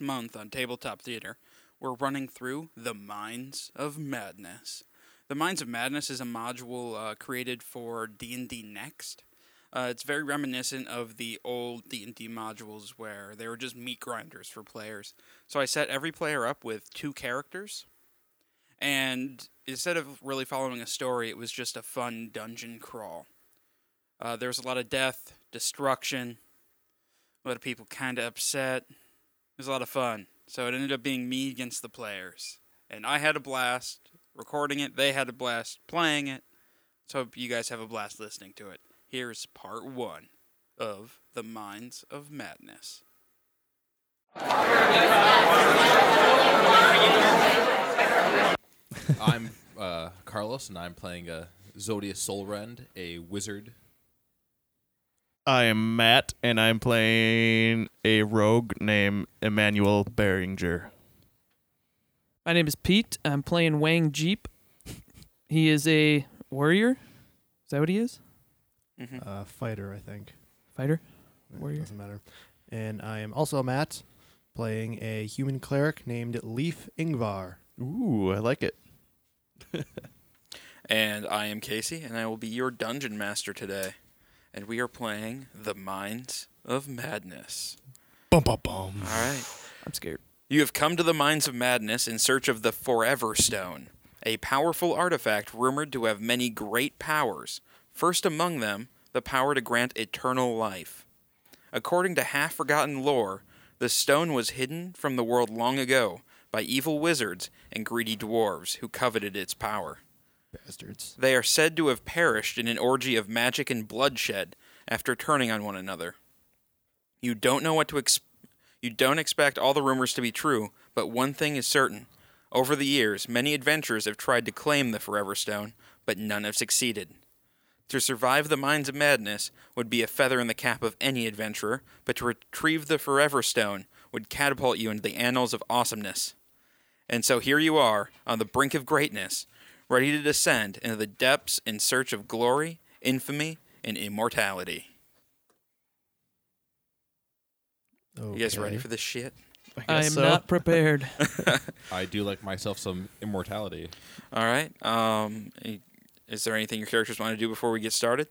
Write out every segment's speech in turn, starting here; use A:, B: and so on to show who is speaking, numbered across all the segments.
A: month on Tabletop Theater, we're running through The Minds of Madness. The Minds of Madness is a module uh, created for D&D Next. Uh, it's very reminiscent of the old D&D modules where they were just meat grinders for players. So I set every player up with two characters and instead of really following a story, it was just a fun dungeon crawl. Uh, there was a lot of death, destruction, a lot of people kind of upset. It was a lot of fun. So it ended up being me against the players. And I had a blast recording it, they had a blast playing it. So hope you guys have a blast listening to it. Here's part one of The Minds of Madness.
B: I'm uh, Carlos, and I'm playing a Zodius Solrend, a wizard.
C: I am Matt, and I'm playing a rogue named Emmanuel Beringer.
D: My name is Pete. I'm playing Wang Jeep. He is a warrior. Is that what he is?
E: uh, fighter, I think.
D: Fighter?
E: It
D: Warrior.
E: Doesn't matter. And I am also Matt, playing a human cleric named Leaf Ingvar.
C: Ooh, I like it.
A: And I am Casey, and I will be your dungeon master today. And we are playing The Minds of Madness.
C: Bum bum bum.
A: All right.
D: I'm scared.
A: You have come to the Mines of Madness in search of the Forever Stone, a powerful artifact rumored to have many great powers, first among them, the power to grant eternal life. According to half forgotten lore, the stone was hidden from the world long ago by evil wizards and greedy dwarves who coveted its power.
E: Bastards.
A: They are said to have perished in an orgy of magic and bloodshed after turning on one another. You don't know what to ex- you don't expect all the rumors to be true, but one thing is certain. Over the years, many adventurers have tried to claim the Forever Stone, but none have succeeded. To survive the Mines of Madness would be a feather in the cap of any adventurer, but to retrieve the Forever Stone would catapult you into the annals of awesomeness. And so here you are, on the brink of greatness, ready to descend into the depths in search of glory, infamy, and immortality. You guys ready for this shit?
D: I, am
C: guess so.
D: not prepared.
B: I do like myself some immortality.
A: All right. Um, is there anything your characters want to do before we get started?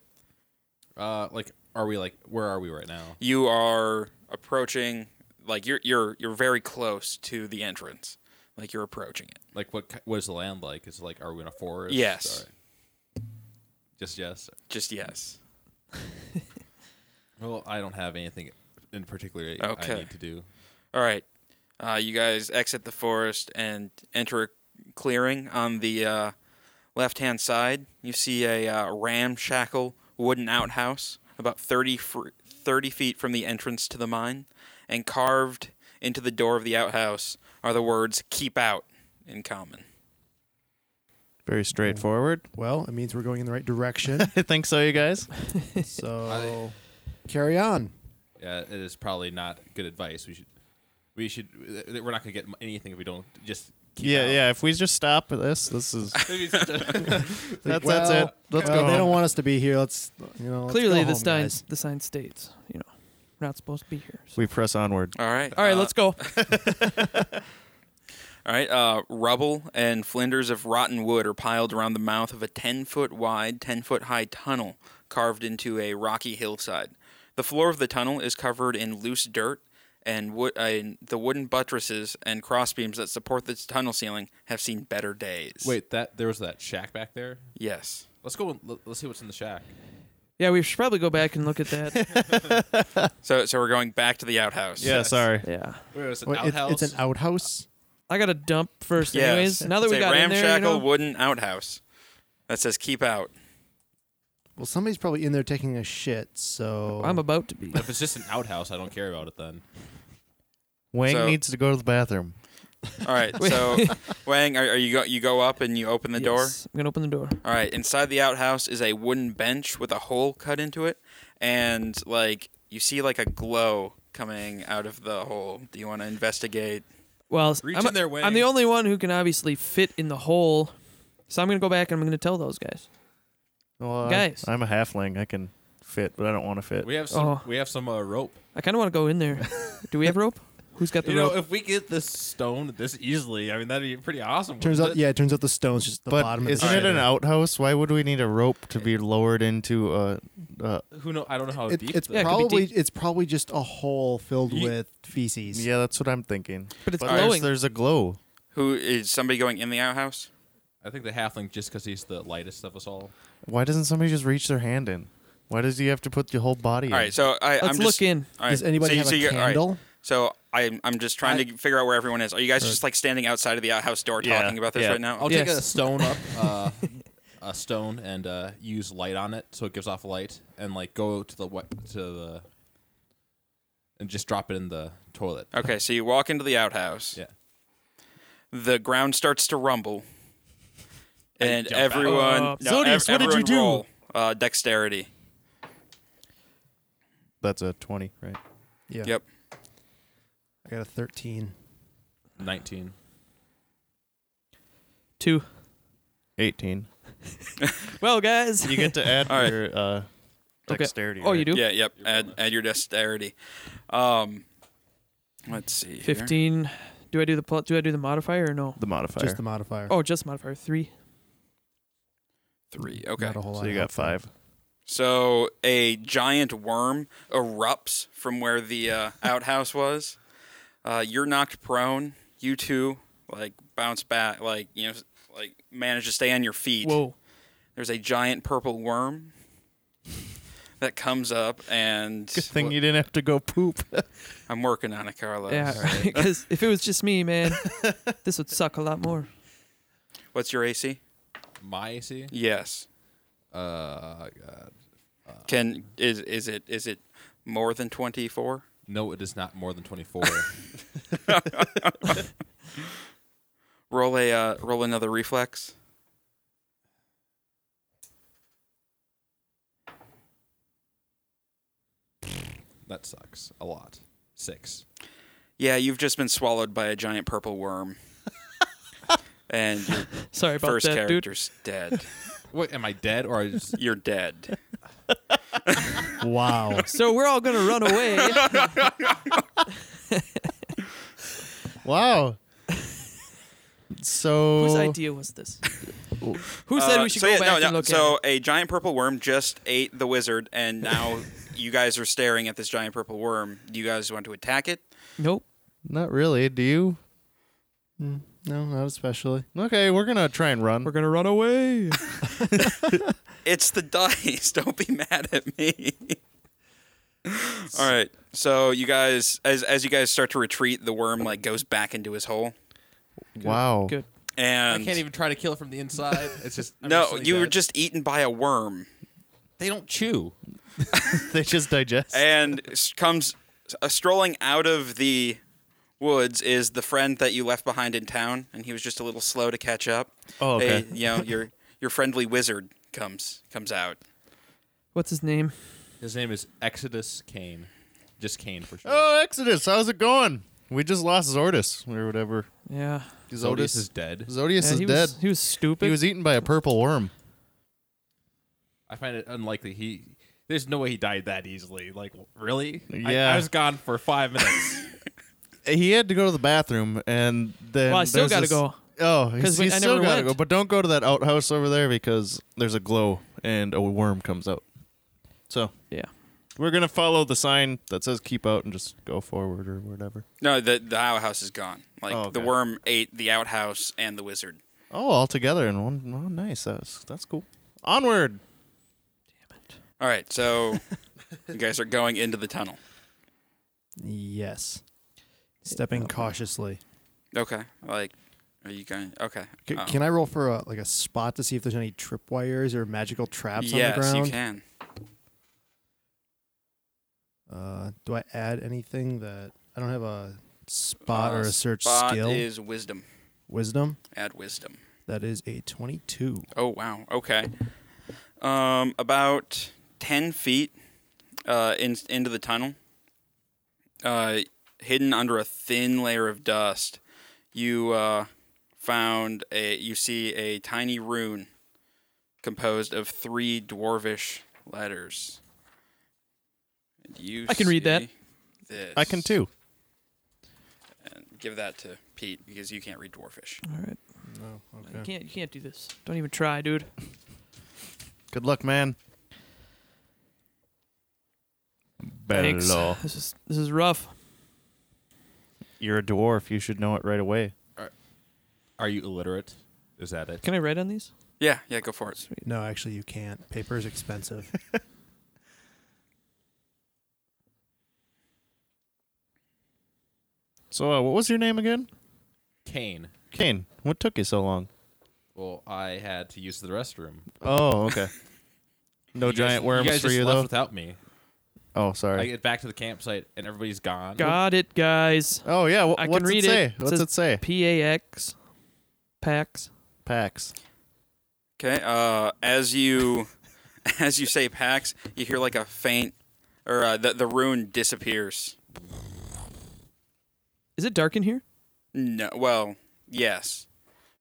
B: Uh, like, are we like, where are we right now?
A: You are approaching, like you're you're you're very close to the entrance. Like you're approaching it.
B: Like, what ki- what is the land like? Is it like, are we in a forest?
A: Yes.
B: All right. Just yes.
A: Just yes.
B: Well, I don't have anything in particular
A: Okay.
B: I need to do.
A: All right. Uh, you guys exit the forest and enter a clearing on the uh, left hand side. You see a uh, ramshackle wooden outhouse about 30, fr- 30 feet from the entrance to the mine. And carved into the door of the outhouse are the words, Keep Out, in common.
C: Very straightforward.
E: Well, it means we're going in the right direction.
C: I think so, you guys.
E: so carry on.
B: Yeah, it is probably not good advice. We should, we should, we're not gonna get anything if we don't just. Keep
C: yeah,
B: out.
C: yeah. If we just stop at this, this is
B: Maybe it's just-
C: that's,
E: Well,
C: that's it. Let's
E: well,
C: go.
E: They don't want us to be here. Let's you know. let's
D: Clearly,
E: go
D: the
E: home,
D: sign
E: guys.
D: the sign states, you know, we're not supposed to be here. so-
C: we press onward.
A: All right.
D: All right,
A: uh,
D: let's go.
A: All right, uh, rubble and flinders of rotten wood are piled around the mouth of a 10 foot wide, 10 foot high tunnel carved into a rocky hillside. The floor of the tunnel is covered in loose dirt, and wood, uh, the wooden buttresses and crossbeams that support the tunnel ceiling have seen better days.
B: Wait, that there was that shack back there.
A: Yes.
B: Let's go. and let- Let's see what's in the shack.
D: Yeah, we should probably go back and look at that.
A: So, so we're going back to the outhouse.
C: Yeah, sorry.
D: yeah.
B: Wait, was it
E: Wait, it-
B: outhouse?
E: it's an outhouse.
D: I got to dump first,
A: Yes.
D: anyways. Now that
A: it's
D: we
A: a
D: got in
A: ramshackle
D: there, you know,
A: wooden outhouse that says keep out.
E: Well, somebody's probably in there taking a shit. So
D: I'm about to be.
B: if it's just an outhouse, I don't care about it then.
C: Wang
A: So-
C: needs to go to the bathroom.
A: All right, so Wang, are, are you go, you go up and you open the door?
D: Yes, I'm gonna open the door.
A: All right, inside the outhouse is a wooden bench with a hole cut into it, and like you see like a glow coming out of the hole. Do you want to investigate?
D: Well, s-
B: Reach
D: I'm,
B: in there, Wang.
D: I'm the only one who can obviously fit in the hole, so I'm gonna go back and I'm gonna tell those guys.
C: Well, I'm-
D: Guys.
C: I'm a halfling. I can fit, but I don't want to fit.
B: We have some.
D: Oh.
B: We have some uh, rope.
D: I kind of want to go in there. Do we have rope? Who's got the
B: You know,
D: rope?
B: if we get this stone this easily, I mean, that'd be pretty awesome.
E: Turns
B: wouldn't
E: out,
B: it?
E: yeah, it turns out the stone's just the
C: but
E: bottom.
C: isn't
E: of the
C: it
E: ship.
C: an outhouse? Why would we need a rope to be lowered into a? Uh,
B: Who know? I don't know how
E: It-
B: deep.
E: it's
B: the-
D: Yeah, it could be
E: probably it's probably just a hole filled
B: Ye-
E: with feces.
C: yeah, that's what I'm thinking.
D: but it's
C: But there's,
D: glowing.
C: there's a glow.
A: Who is somebody going in the outhouse?
B: I think the halfling, just because he's the lightest of us all.
C: Why doesn't somebody just reach their hand in? Why does he have to put your whole body?
A: All
C: in?
A: right, so I,
D: Let's
A: I'm
D: look
A: just.
D: in.
A: all right,
E: Does anybody
A: so,
E: have
A: so
E: a
A: you're- all right,
E: candle?
A: so I'm I'm just trying to figure out where everyone is. Are you guys just like standing outside of the outhouse door
C: Yeah,
A: talking about this
C: yeah.
A: right now?
B: I'll take a
D: Yes.
B: stone up, uh, a stone, and uh, use light on it so it gives off light, and like go to the wet to the, and just drop it in the toilet.
A: Okay, so you walk into the outhouse.
B: Yeah.
A: The ground starts to rumble, and
B: jump out.
A: everyone.
D: Uh,
A: no,
D: Zodius,
A: ev-
D: what did you
A: everyone
D: do?
A: roll, uh, dexterity.
C: That's a twenty, right?
E: Yeah.
A: Yep.
E: I got a thirteen.
B: Nineteen.
D: Two.
C: Eighteen.
D: Well, guys.
C: You get to add
A: All right.
C: your uh,
D: Okay.
C: dexterity.
D: oh, you
C: right?
D: do.
A: Yeah. Yep. Add, add your dexterity. Um, let's see. here.
D: Fifteen. Do I do the pl- do I do the modifier or no?
C: the modifier.
E: Just the modifier.
D: Oh, just modifier three.
A: Three. Okay.
E: Not a whole
C: so
E: lot
C: you got five.
A: So a giant worm erupts from where the uh, outhouse was. Uh, you're knocked prone. You two like bounce back, like you know, like manage to stay on your feet.
D: Whoa.
A: There's a giant purple worm that comes up, and
C: Good thing
A: Well,
C: you didn't have to go poop.
A: I'm working on it, Carlos.
D: Yeah. Because if it was just me, man, this would suck a lot more.
A: What's your AC?
B: My AC.
A: Yes.
B: Uh, God.
A: Can is is it is it more than 24?
B: No, it is not more than twenty-four.
A: Roll a uh, roll another reflex.
B: that sucks a lot. Six.
A: Yeah, you've just been swallowed by a giant purple worm. and your
D: Sorry about
A: first
D: that, dude.
A: character's dead.
B: What am I dead or I just?
A: You're dead.
E: Wow.
D: So we're all gonna run away.
C: wow. So
D: Whose idea was this? Who said
A: Uh,
D: we should
A: so
D: go
A: yeah,
D: back
A: no, no,
D: and look
A: so
D: at?
A: a giant purple worm just ate the wizard, and now you guys are staring at this giant purple worm. Do you guys want to attack it?
D: it? Nope.
C: not really. Do you?
E: Mm, no, not especially.
C: Okay, we're gonna try and run.
D: We're gonna run away.
A: It's the dice. Don't be mad at me. All right. So you guys, as as you guys start to retreat, the worm like goes back into his hole,
C: wow.
D: Good.
A: and
B: I can't even try to kill it from the inside. It's just I'm
A: no,
B: really
A: you were
B: dead.
A: just eaten by a worm,
B: They don't chew.
C: they just digest.
A: and s- comes uh, strolling out of the woods is the friend that you left behind in town, and he was just a little slow to catch up.
C: Oh, okay.
A: Hey, you know your your friendly wizard comes comes out.
D: What's his name?
B: His name is Exodus Kane. Just Kane for sure.
C: Oh, Exodus, how's it going? We just lost Zordis or whatever.
D: Yeah.
B: Zodius is dead.
C: Zodius
D: yeah
C: is
D: he
C: dead.
D: Was, he was stupid.
C: he was eaten by a purple worm.
B: I find it unlikely he. There's no way he died that easily. Like really? I- I,
C: Yeah.
B: was gone for five minutes.
C: He had to go to the bathroom, and then
D: well, I still
C: there's
D: gotta
C: this-
D: go.
C: Oh, he's,
D: 'Cause we-
C: he's
D: I
C: still
D: never
C: gotta
D: went.
C: go. But don't go to that outhouse over there because there's a glow and a worm comes out. So
D: Yeah.
C: we're gonna follow the sign that says "keep out" and just go forward or whatever.
A: No, the the outhouse is gone. Like
C: Oh,
A: the
C: okay.
A: worm ate the outhouse and the wizard.
C: Oh, all together in one. Oh, nice. That's that's cool. Onward.
A: All right, so you guys are going into the tunnel.
E: Yes. Stepping cautiously.
A: Okay, like are you going? Okay,
E: C-
A: Oh.
E: Can I roll for a, like a spot to see if there's any tripwires or magical traps
A: yes,
E: on the ground?
A: you can.
E: Uh, do I add anything that I don't have a spot
A: Uh,
E: or a search
A: spot
E: skill?
A: is wisdom.
E: Wisdom.
A: Add wisdom.
E: That is a twenty-two.
A: Oh wow. Okay. Um, about ten feet uh, in, into the tunnel, uh, hidden under a thin layer of dust, you uh, found a. You see a tiny rune composed of three dwarvish letters. And you
D: I can read that.
A: see This.
C: I can too.
A: give that to Pete because you can't read Dwarfish.
D: All right.
E: No,
D: You
E: okay.
D: can't you can't do this. Don't even try, dude.
C: Good luck, man.
D: Thanks.
C: Bello.
D: This is this is rough.
C: You're a dwarf. You should know it right away.
B: Are you illiterate? Is that it?
D: Can I write on these?
A: Yeah, yeah, go for it.
D: Sweet.
E: No, actually, you can't. Paper is expensive.
C: So, uh, what was your name again?
B: Kane.
C: Kane. What took you so long?
B: Well, I had to use the restroom.
C: Oh, okay. No
B: You guys-
C: giant worms
B: you guys
C: for
B: just
C: you
B: left
C: though.
B: Without me,
C: oh,
B: I
C: sorry.
B: get back to the campsite and everybody's gone.
D: Got it, guys.
C: oh yeah. What,
D: I can
C: what's
D: read
C: it
D: it.
C: say?
D: It
C: What's
D: says-
C: it say?
D: P A X, PAX.
C: Pax.
A: Okay. Uh, as you as you say Pax, you hear like a faint, or uh, the the rune disappears.
D: Is it dark in here?
A: No, well, yes.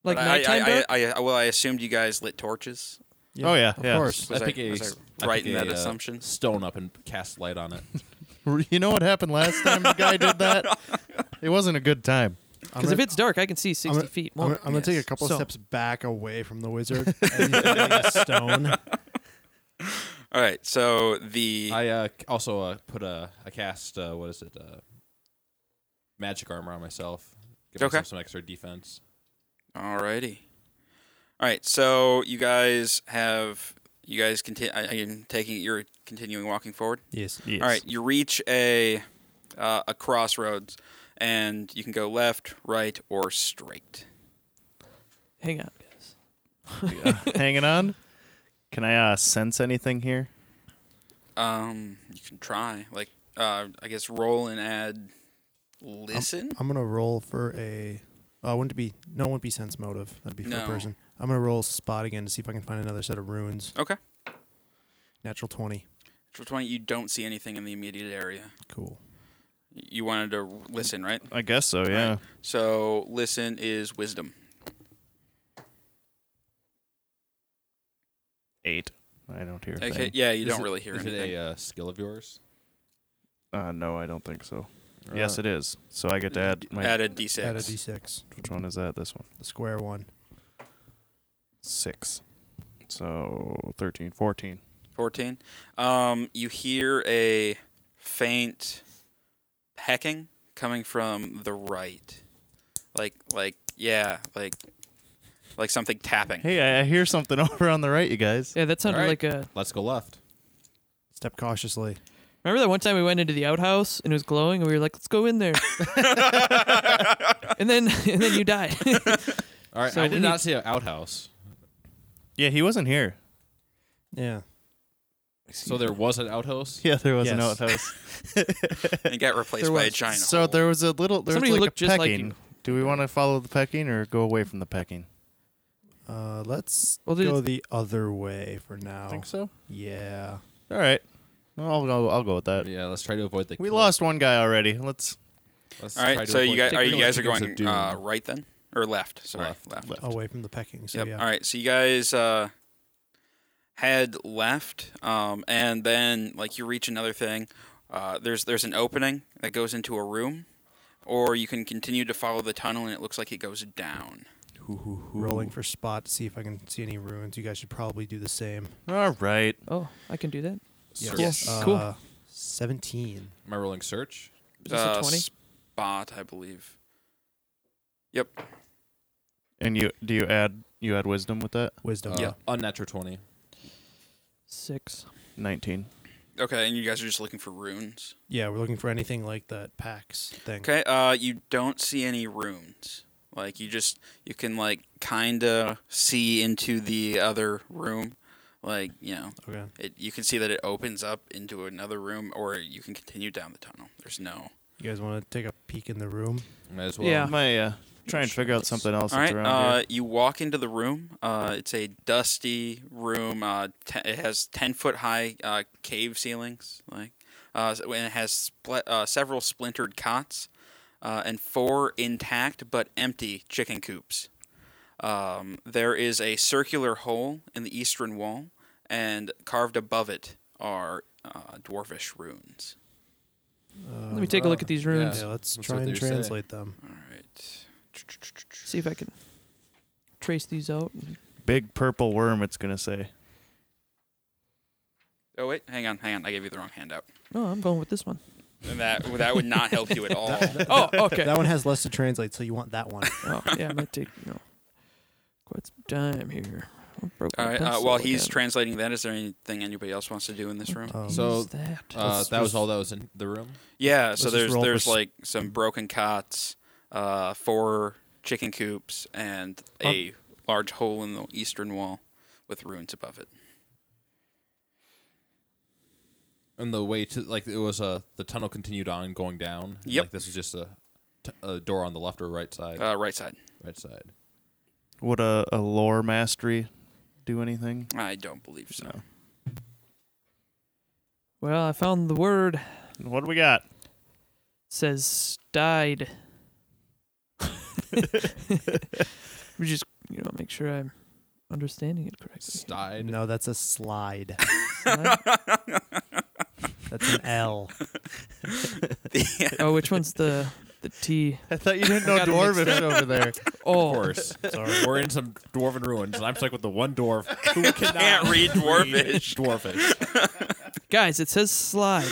D: Like
A: But I-
D: nighttime
A: I,
D: dark?
A: I, I, I, well, I assumed you guys lit torches.
C: Oh, yeah,
E: Of
C: yeah.
E: course.
A: Was
B: I think
A: I-
B: a-
A: was I
B: I think
A: right in that
B: a, uh,
A: assumption?
B: Stone up and cast light on it.
C: You know what happened last time the guy did that? It wasn't a good time.
E: I'm
D: Because if
E: gonna-
D: it's dark, I can see 60
E: I'm gonna-
D: feet.
E: I'm,
D: Well,
E: gonna- I'm gonna take a
D: yes.
E: couple
D: So,
E: steps back away from the wizard. and he's holding a stone.
A: All right. So the
B: I uh, c- also uh, put a I cast uh, what is it? Uh, magic armor on myself. Give
A: Okay.
B: myself some extra defense.
A: Alrighty. All right. So you guys have you guys continue. I'm taking it you're continuing walking forward.
E: Yes.
A: All right. You reach a uh, a crossroads, and you can go left, right, or straight.
D: Hang on, guys.
C: Hanging on. Can I uh, sense anything here?
A: Um, you can try. Like, uh, I guess roll and add. Listen.
B: Um,
E: I'm gonna roll for a. Oh, wouldn't it be no? Wouldn't be sense motive. That'd be for
A: No.
E: a person. I'm gonna roll spot again to see if I can find another set of runes.
A: Okay.
E: Natural twenty.
A: Which one you don't see anything in the immediate area?
E: Cool.
A: You wanted to listen, right?
C: I guess so. Yeah.
A: Right. So listen is wisdom.
C: Eight. I don't hear. a
A: Okay.
C: thing.
A: Yeah, you
B: Is
A: don't
B: it-
A: really hear
B: Is
A: anything.
B: it a uh, skill of yours?
C: Uh, no, I don't think so. Yes,
B: Uh,
C: it is. So I get to add my.
A: add a d6.
E: Add a d6.
C: Which one is that? This one.
E: The square one.
C: Six. So 13, 14.
A: 14. Um, you hear a faint pecking coming from the right. Like, like, yeah, like, like something tapping.
C: Hey, I, I hear something over on the right, you guys.
D: Yeah, that sounded
B: All right.
D: like a.
B: Uh, Let's go left.
E: Step cautiously.
D: Remember that one time we went into the outhouse and it was glowing and we were like, let's go in there. and then and then you die.
B: All right.
D: So
B: I
D: we
B: did
D: need-
B: not see an outhouse,
C: Yeah, he wasn't here.
E: Yeah.
B: so there was an outhouse.
C: Yeah, there was an
E: Yes.
C: outhouse.
A: And it got replaced
D: There
A: by a
D: was-
A: giant
C: so
A: hole.
C: there was a little. There
D: Somebody
C: was like
D: looked
C: a
D: just like
C: pecking.
D: you.
C: Do we want to follow the pecking or go away from the pecking?
E: Uh, let's
D: Well, did-
E: go the other way for now.
C: so.
E: Yeah.
C: All right. Well, I'll go. I'll go with that.
B: Yeah. Let's try to avoid the.
C: We
B: cliff.
C: lost one guy already. Let's
B: Let's
A: All
B: try
A: right,
B: to
A: so you
B: avoid
A: guys
B: the
A: are you
B: cliff.
A: guys are
B: Kings of
A: going
B: Doom.
A: uh, right then or left? Sorry,
B: Left.
A: left.
B: Left.
E: Away from the pecking. So
A: Yep.
E: yeah.
A: All right, so you guys uh, head left, um, and then like you reach another thing. Uh, there's there's an opening that goes into a room, or you can continue to follow the tunnel, and it looks like it goes down.
E: Rolling for spot to see if I can see any ruins. You guys should probably do the same.
C: All right.
D: oh, I can do that.
B: Search.
A: Yes.
D: Cool.
E: Uh, Seventeen.
B: Am I rolling search?
D: Is this
A: Uh,
D: a 20?
A: Spot, I believe.
C: And you do you add you add wisdom with that?
E: Wisdom.
B: Uh, Unnatural twenty.
D: Six.
C: Nineteen.
A: Okay, and you guys are just looking for runes.
E: Yeah, we're looking for anything like that PAX thing.
A: Okay, uh, you don't see any runes. Like you just you can like kind of see into the other room, like you know.
E: Okay.
A: It, you can see that it opens up into another room, or you can continue down the tunnel. There's no.
E: You guys want to take a peek in the room?
B: Might as well.
D: Yeah.
C: My uh, try and figure out something else
A: All
C: that's
A: right.
C: around
A: Uh, you walk into the room. Uh, it's a dusty room. Uh, te- it has ten foot high uh, cave ceilings. Like, uh, so- and it has spl- uh, several splintered cots, uh, and four intact but empty chicken coops. Um, there is a circular hole in the eastern wall, and carved above it are uh, dwarfish runes.
E: Uh,
D: Let me take a look at these runes.
E: Yeah,
B: Let's
E: let's
B: see
E: try
B: what
E: and
B: they say.
E: translate them.
A: All right.
D: See if I can trace these out.
C: Big purple worm, it's going to say.
A: Oh wait, hang on, hang on. I gave you the wrong handout.
D: No, I'm going with this one.
A: And that that would not help you at all.
D: Oh, okay.
E: That one has less to translate, so you want that one.
D: oh, yeah, I'm gonna take no. Quite some time here. I broke my
A: All right. Uh,
D: pencil
A: while he's
D: again.
A: translating that, is there anything anybody else wants to do in this
D: Uh,
A: room?
E: Um,
B: So-
D: What's that?
B: Uh,
E: Let's-
B: that was
E: let's-
B: all that was in the room.
A: Yeah. So
E: just
A: there's
E: roll for
A: there's
E: s-
A: like some broken cots, uh, four chicken coops, and a large hole in the eastern wall with ruins above it.
B: And the way to like it was uh, the tunnel continued on going down. and,
A: Yep.
B: Like this is just a, t- a door on the left or right side.
A: Uh, right side.
B: right side.
C: Would a, a lore mastery do anything?
A: I don't believe so.
C: No.
D: Well, I found the word It
C: What do we got?
D: says died. we just you know make sure I'm understanding it correctly.
B: Side.
E: no, that's a slide.
D: Stide?
E: That's an L.
D: oh, which one's the the T?
C: I thought you didn't
D: know I got it dwarvish mixed
C: over there.
B: Of
D: Oh,
B: course. We're in some dwarven ruins, and I'm stuck with the one dwarf who cannot
A: Can't read dwarfish.
B: dwarfish.
D: guys, it says slide.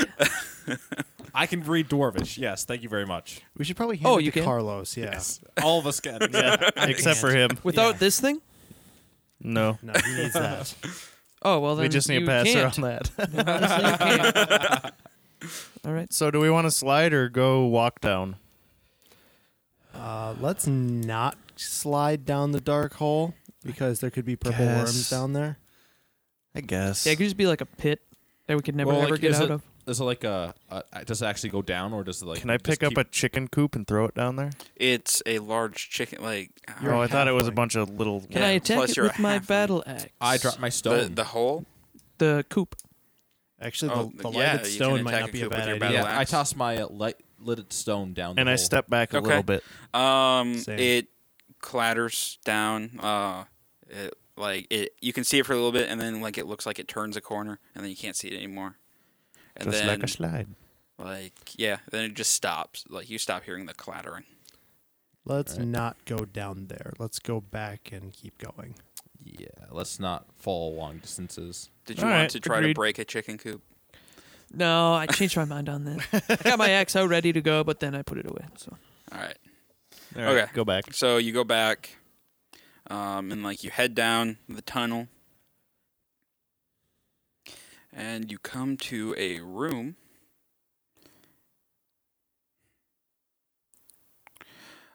B: I can read dwarvish. Yes, thank you very much.
E: We should probably hand
D: Oh,
E: it
D: you
E: to
D: can?
E: Carlos. Yeah.
B: All of us can.
C: Except for him.
D: Without
E: Yeah.
D: this thing?
C: No.
E: No, he needs that.
D: Oh well, then
C: We just need
D: you
C: a passer
D: can't.
C: on that.
D: Honestly, you can't. All right.
C: So, do we want to slide or go walk down?
E: Uh, let's not slide down the dark hole because there could be purple
C: Guess.
E: worms down there.
C: I guess.
D: Yeah, it could just be like a pit that we could never
B: Well,
D: ever
B: like,
D: get
B: is
D: out
B: it-
D: of.
B: Is it like a, a? Does it actually go down, or does it like?
C: Can I pick up a chicken coop and throw it down there?
A: It's a large chicken. Like
E: You're
C: oh,
E: a
C: I thought it was a
E: halfling.
C: bunch of little.
D: Can
A: Yeah,
D: I attack
A: plus
D: it
A: you're a
D: with my
A: halfling.
D: battle axe?
B: I drop my
A: the
B: stone.
A: the hole.
D: the coop.
E: Actually,
A: Oh,
E: the, the
A: yeah,
E: lighted
A: you
E: stone
A: can
E: might
A: attack
E: not
A: a
E: be a
A: cube with
E: bad
A: your
E: idea.
A: battle
B: yeah,
A: axe.
B: I toss my uh, light lit stone down. The
C: And I
B: hole.
C: step back a
A: Okay.
C: little bit.
A: Um,
E: Same.
A: it clatters down. Uh, it, like it, you can see it for a little bit, and then like it looks like it turns a corner, and then you can't see it anymore. And
C: Just
A: then,
C: like a slide.
A: like, yeah, then it just stops. Like you stop hearing the clattering.
E: Let's
B: Alright.
E: not go down there. Let's go back and keep going.
B: Yeah, let's not fall long distances.
A: Did you
C: All
A: want
C: right,
A: to try to
C: agreed.
A: break a chicken coop?
D: No, I changed my mind on that. I got my axe out ready to go, but then I put it away. So
A: All right.
C: All right,
A: Okay.
C: Go back.
A: So you go back, um, and like you head down the tunnel, and you come to a room.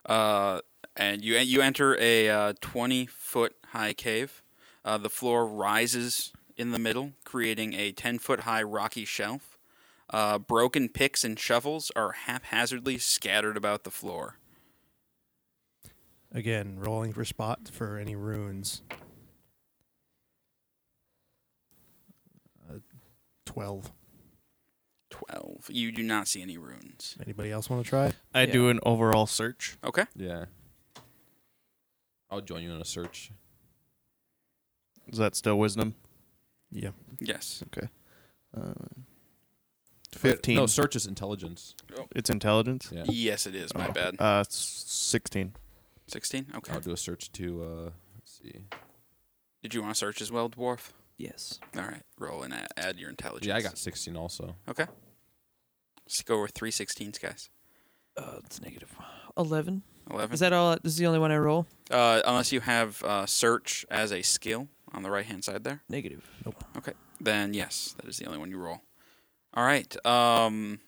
A: Uh, and you you enter a uh, twenty foot high cave. Uh, the floor rises in the middle, creating a ten foot high rocky shelf. Uh, broken picks and shovels are haphazardly scattered about the floor.
E: Again, rolling for spot for any runes. Uh, Twelve.
A: 12. You do not see any runes.
E: Anybody else want to try?
C: I
D: Yeah.
C: do an overall search.
A: Okay.
B: Yeah. I'll join you in a search.
C: Is that still wisdom?
E: Yeah.
A: Yes.
C: Uh,
B: Wait,
C: 15.
B: No, search is intelligence.
C: It's intelligence?
B: Yeah.
A: Yes, it is. My
C: Oh.
A: bad.
C: Uh, s- 16.
A: 16? Okay.
B: I'll do a search to uh let's see.
A: Did you want to search as well, Dwarf?
D: yes,
A: All right. Roll and add, add your intelligence.
B: Yeah, I got 16 also.
A: Let's go with three 16s, guys.
D: uh, it's negative eleven.
A: 11.
D: Is that all? This is the only one I roll.
A: uh, unless you have uh, search as a skill on the right hand side there,
D: Negative.
A: then yes, that is the only one you roll. All right. Um,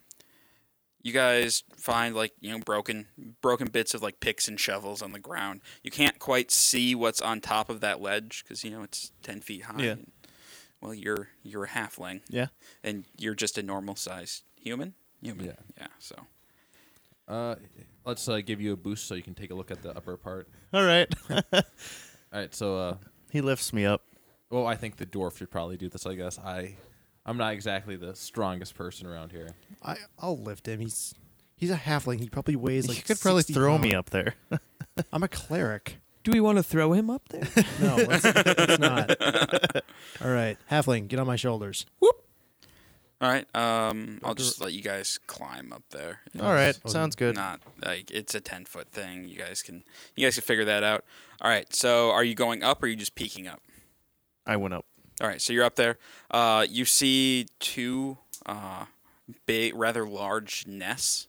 A: you guys find like you know broken broken bits of like picks and shovels on the ground. You can't quite see what's on top of that ledge because you know it's ten feet high.
C: Yeah.
A: Well, you're you're a halfling.
C: Yeah.
A: And you're just a normal sized human. Human.
B: Yeah.
A: Yeah. So.
B: Uh let's uh, give you a boost so you can take a look at the upper part.
C: All right.
B: All right, so uh
C: he lifts me up.
B: well, I think the dwarf should probably do this, I guess. I I'm not exactly the strongest person around here.
E: I I'll lift him. He's he's a halfling. He probably weighs like.
C: you could probably
E: 60
C: throw me
E: pounds.
C: up there.
E: I'm a cleric.
D: Do we want to throw him up there?
E: No, let's, let's not. All right, halfling, get on my shoulders.
A: All right. Um, I'll just let you guys climb up there.
C: All right,
A: Oh,
E: Okay.
C: sounds good.
A: Not like it's a ten foot thing. You guys can you guys can figure that out. All right. So are you going up or are you just peeking up?
C: I went up.
A: All right, so you're up there. Uh, you see two uh, big, rather large nests.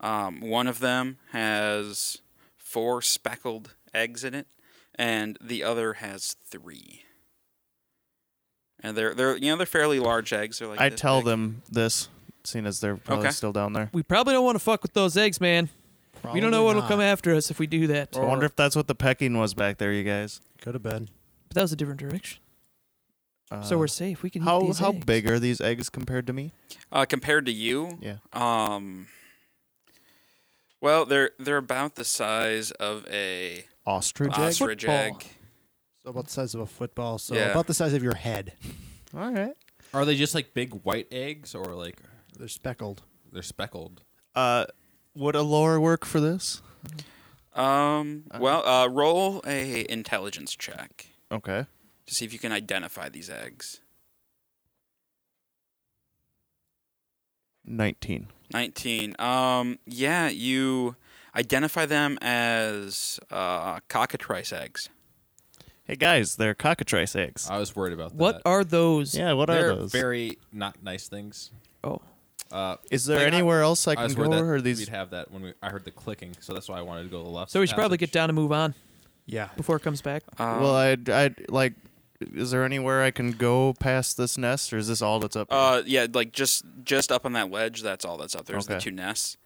A: Um, one of them has four speckled eggs in it, and the other has three. And they're they're you know they're fairly large eggs. They're like
C: I
A: this
C: tell
A: big.
C: them this, seeing as they're probably
A: Okay.
C: still down there.
D: We probably don't want to fuck with those eggs, man. we don't know what'll come after us if we do that.
C: I wonder if that's what the pecking was back there, you guys.
E: Could have been.
D: But that was a different direction.
C: Uh,
D: so we're safe. We can eat
C: how
D: these
C: how
D: eggs.
C: big are these eggs compared to me?
A: uh, compared to you.
C: Yeah.
A: Um. Well, they're they're about the size of a
C: Ostrich
B: Ah.
C: egg.
A: ostrich
D: Football.
A: egg.
E: So about the size of a football. So
A: Yeah.
E: about the size of your head.
C: All right.
B: Are they just like big white eggs or like
E: They're speckled.
B: they're speckled?
C: Uh, would a lore work for this?
A: Um.
C: Uh-huh.
A: Well, uh, roll a intelligence check
C: Okay.
A: to see if you can identify these eggs.
C: Nineteen.
A: Nineteen. Um. Yeah, you identify them as uh, cockatrice eggs.
C: Hey guys, they're cockatrice eggs.
B: I was worried about
D: What
B: that.
D: are those?
C: yeah, what
B: Ah, they're
C: are those?
B: very not nice things.
D: Oh,
B: Uh,
C: Is there
B: Like, I-
C: anywhere else I
B: I
C: can
B: was
C: go?
B: worried that
C: Or are these
B: we'd have that when we, I heard the clicking, so that's why I wanted to go to the left.
D: so we should probably get
B: passage.
D: down and move on
E: Yeah.
D: before it comes back.
A: Um,
C: well, I I like. Is there anywhere I can go past this nest, or is this all that's up?
A: Uh, yeah, like just just up on that ledge. That's all that's up. There's the
C: Okay.
A: two nests.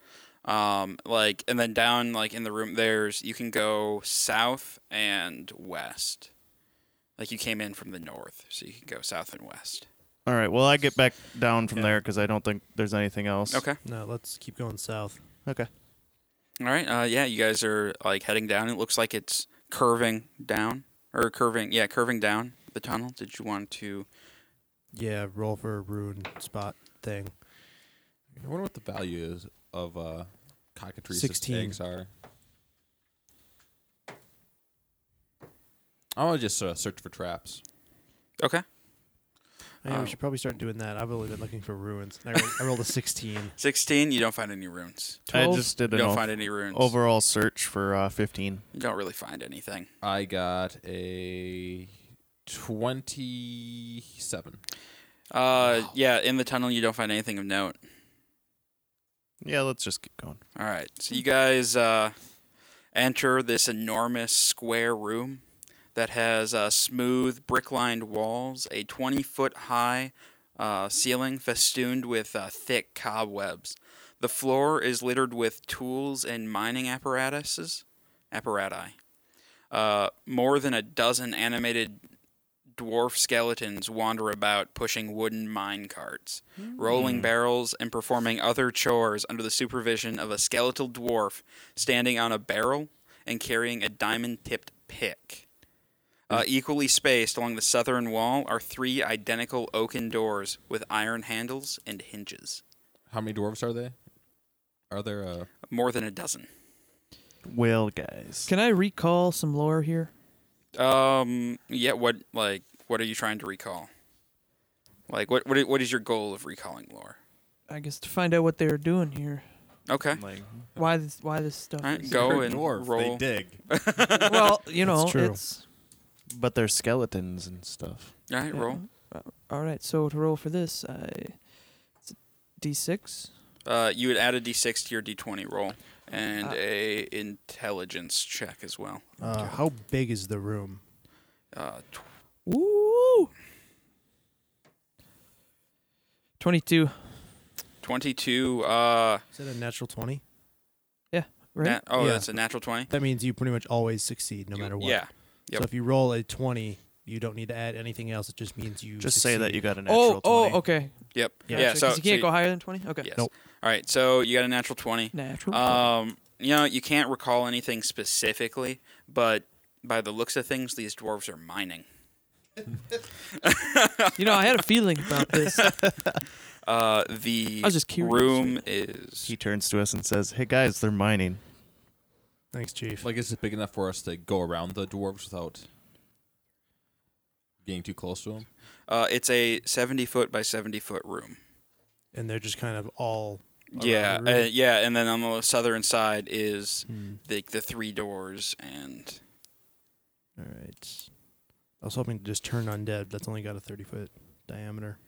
A: Um, like and then down like in the room. There's you can go south and west. Like you came in from the north, so you can go south and west.
C: all right. Well, I get back down from
A: Yeah.
C: there because I don't think there's anything else.
A: Okay.
E: No, let's keep going south.
C: Okay.
A: All right. Uh, yeah, you guys are like heading down. It looks like it's curving down or curving. Yeah, curving down the tunnel. Did you want to?
E: Yeah, roll for a rune spot thing.
B: I wonder what the value is of uh, cockatrice
E: 16.
B: eggs are. I want to just uh, search for traps.
A: Okay.
E: Yeah,
A: Um,
E: we should probably start doing that. I've only been looking for ruins. I rolled, I rolled a 16.
A: Sixteen. You don't find any runes.
C: I
D: 12?
C: just did
A: You
C: an
A: don't
C: o-
A: find any runes.
C: overall search for uh, 15.
A: You don't really find anything.
B: I got a twenty-seven.
A: Uh, yeah, in the tunnel you don't find anything of note.
C: Yeah, let's just keep going.
A: All right. So you guys uh, enter this enormous square room that has uh, smooth brick-lined walls, a 20-foot-high uh, ceiling festooned with uh, thick cobwebs. The floor is littered with tools and mining apparatuses, apparati. Uh, more than a dozen animated dwarf skeletons wander about pushing wooden mine carts, rolling barrels, and performing other chores under the supervision of a skeletal dwarf standing on a barrel and carrying a diamond tipped pick. Uh, equally spaced along the southern wall are three identical oaken doors with iron handles and hinges.
B: How many dwarves are they? Are there? Uh,
A: More than a dozen.
C: Well, guys.
D: Can I recall some lore here?
A: Um. Yeah. What? Like. What are you trying to recall? Like. What? What? i- What is your goal of recalling lore?
D: I guess to find out what they're doing here.
A: Okay.
C: Like,
D: Why this? Why this stuff?
A: All right.
D: is-
A: Go
B: they're
A: and
B: dwarves,
A: roll.
B: dig.
D: Well, you know,
E: That's true.
D: it's
C: but they're skeletons and stuff.
A: All right. Roll.
D: Uh, all right. So to roll for this, I it's a d6.
A: Uh, you would add a d6 to your d20 roll and
D: Uh,
A: a intelligence check as well.
E: Uh, how big is the room?
A: Uh, tw-
D: Woo! Twenty-two.
A: 22. Uh,
E: Is it a natural 20?
D: Right.
A: nat- oh,
E: Yeah.
A: that's a natural 20.
E: That means you pretty much always succeed no matter what.
A: Yeah.
E: So
A: Yep.
E: if you roll a 20, you don't need to add anything else. It just means you
C: Just say that you
E: succeed.
C: got a
D: Oh,
C: natural
D: oh,
C: 20.
D: okay.
A: Yep.
E: Yeah.
A: Yeah.
D: Gotcha, 'cause
A: so
D: you can't
A: so
D: go higher than twenty. Okay.
A: yes.
E: Nope.
A: All right. So you got a natural 20.
D: Natural.
A: Um, you know, you can't recall anything specifically, but by the looks of things, these dwarves are mining.
D: you know, I had a feeling about this.
A: Uh, the
D: I was just curious.
A: room is
C: He turns to us and says, "Hey guys, they're mining."
E: Thanks, Chief.
B: Like, is it big enough for us to go around the dwarves without getting too close to them?
A: uh, it's a 70 foot by 70 foot room.
E: and they're just kind of all.
D: Oh,
E: around the
A: Yeah,
E: room.
A: uh, yeah, and then on the southern side is
E: Hmm.
A: the the three doors and
E: All right. I was hoping to just turn undead. but That's only got a 30 foot diameter.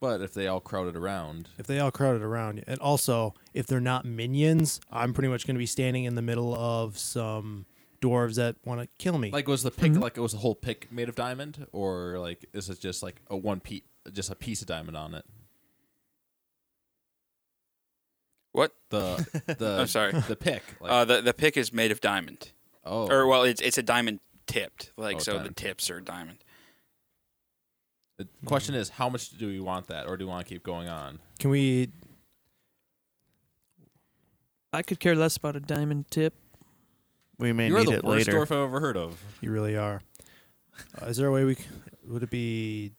B: But if they all crowded around,
E: If they all crowded around, and also if they're not minions, I'm pretty much going to be standing in the middle of some dwarves that want to kill me.
B: like was the pick
C: Mm-hmm.
D: Mhm.
B: like it was the whole pick made of diamond, or like is it just like a one piece, just a piece of diamond on it?
A: What?
B: the the
A: I'm sorry.
B: the pick? Like,
A: uh, the the pick is made of diamond,
B: oh,
A: or well, it's it's a diamond tipped, like
B: Oh,
A: so the
B: diamond.
A: tips are diamond.
B: the question is how much do we want that, or do we want to keep going on?
E: Can we?
D: I could care less about a diamond tip.
C: We may
B: You're
C: need
B: the
C: it
B: worst
C: later.
B: dwarf I've ever heard of.
E: You really are. Uh, is there a way we? c- Would it be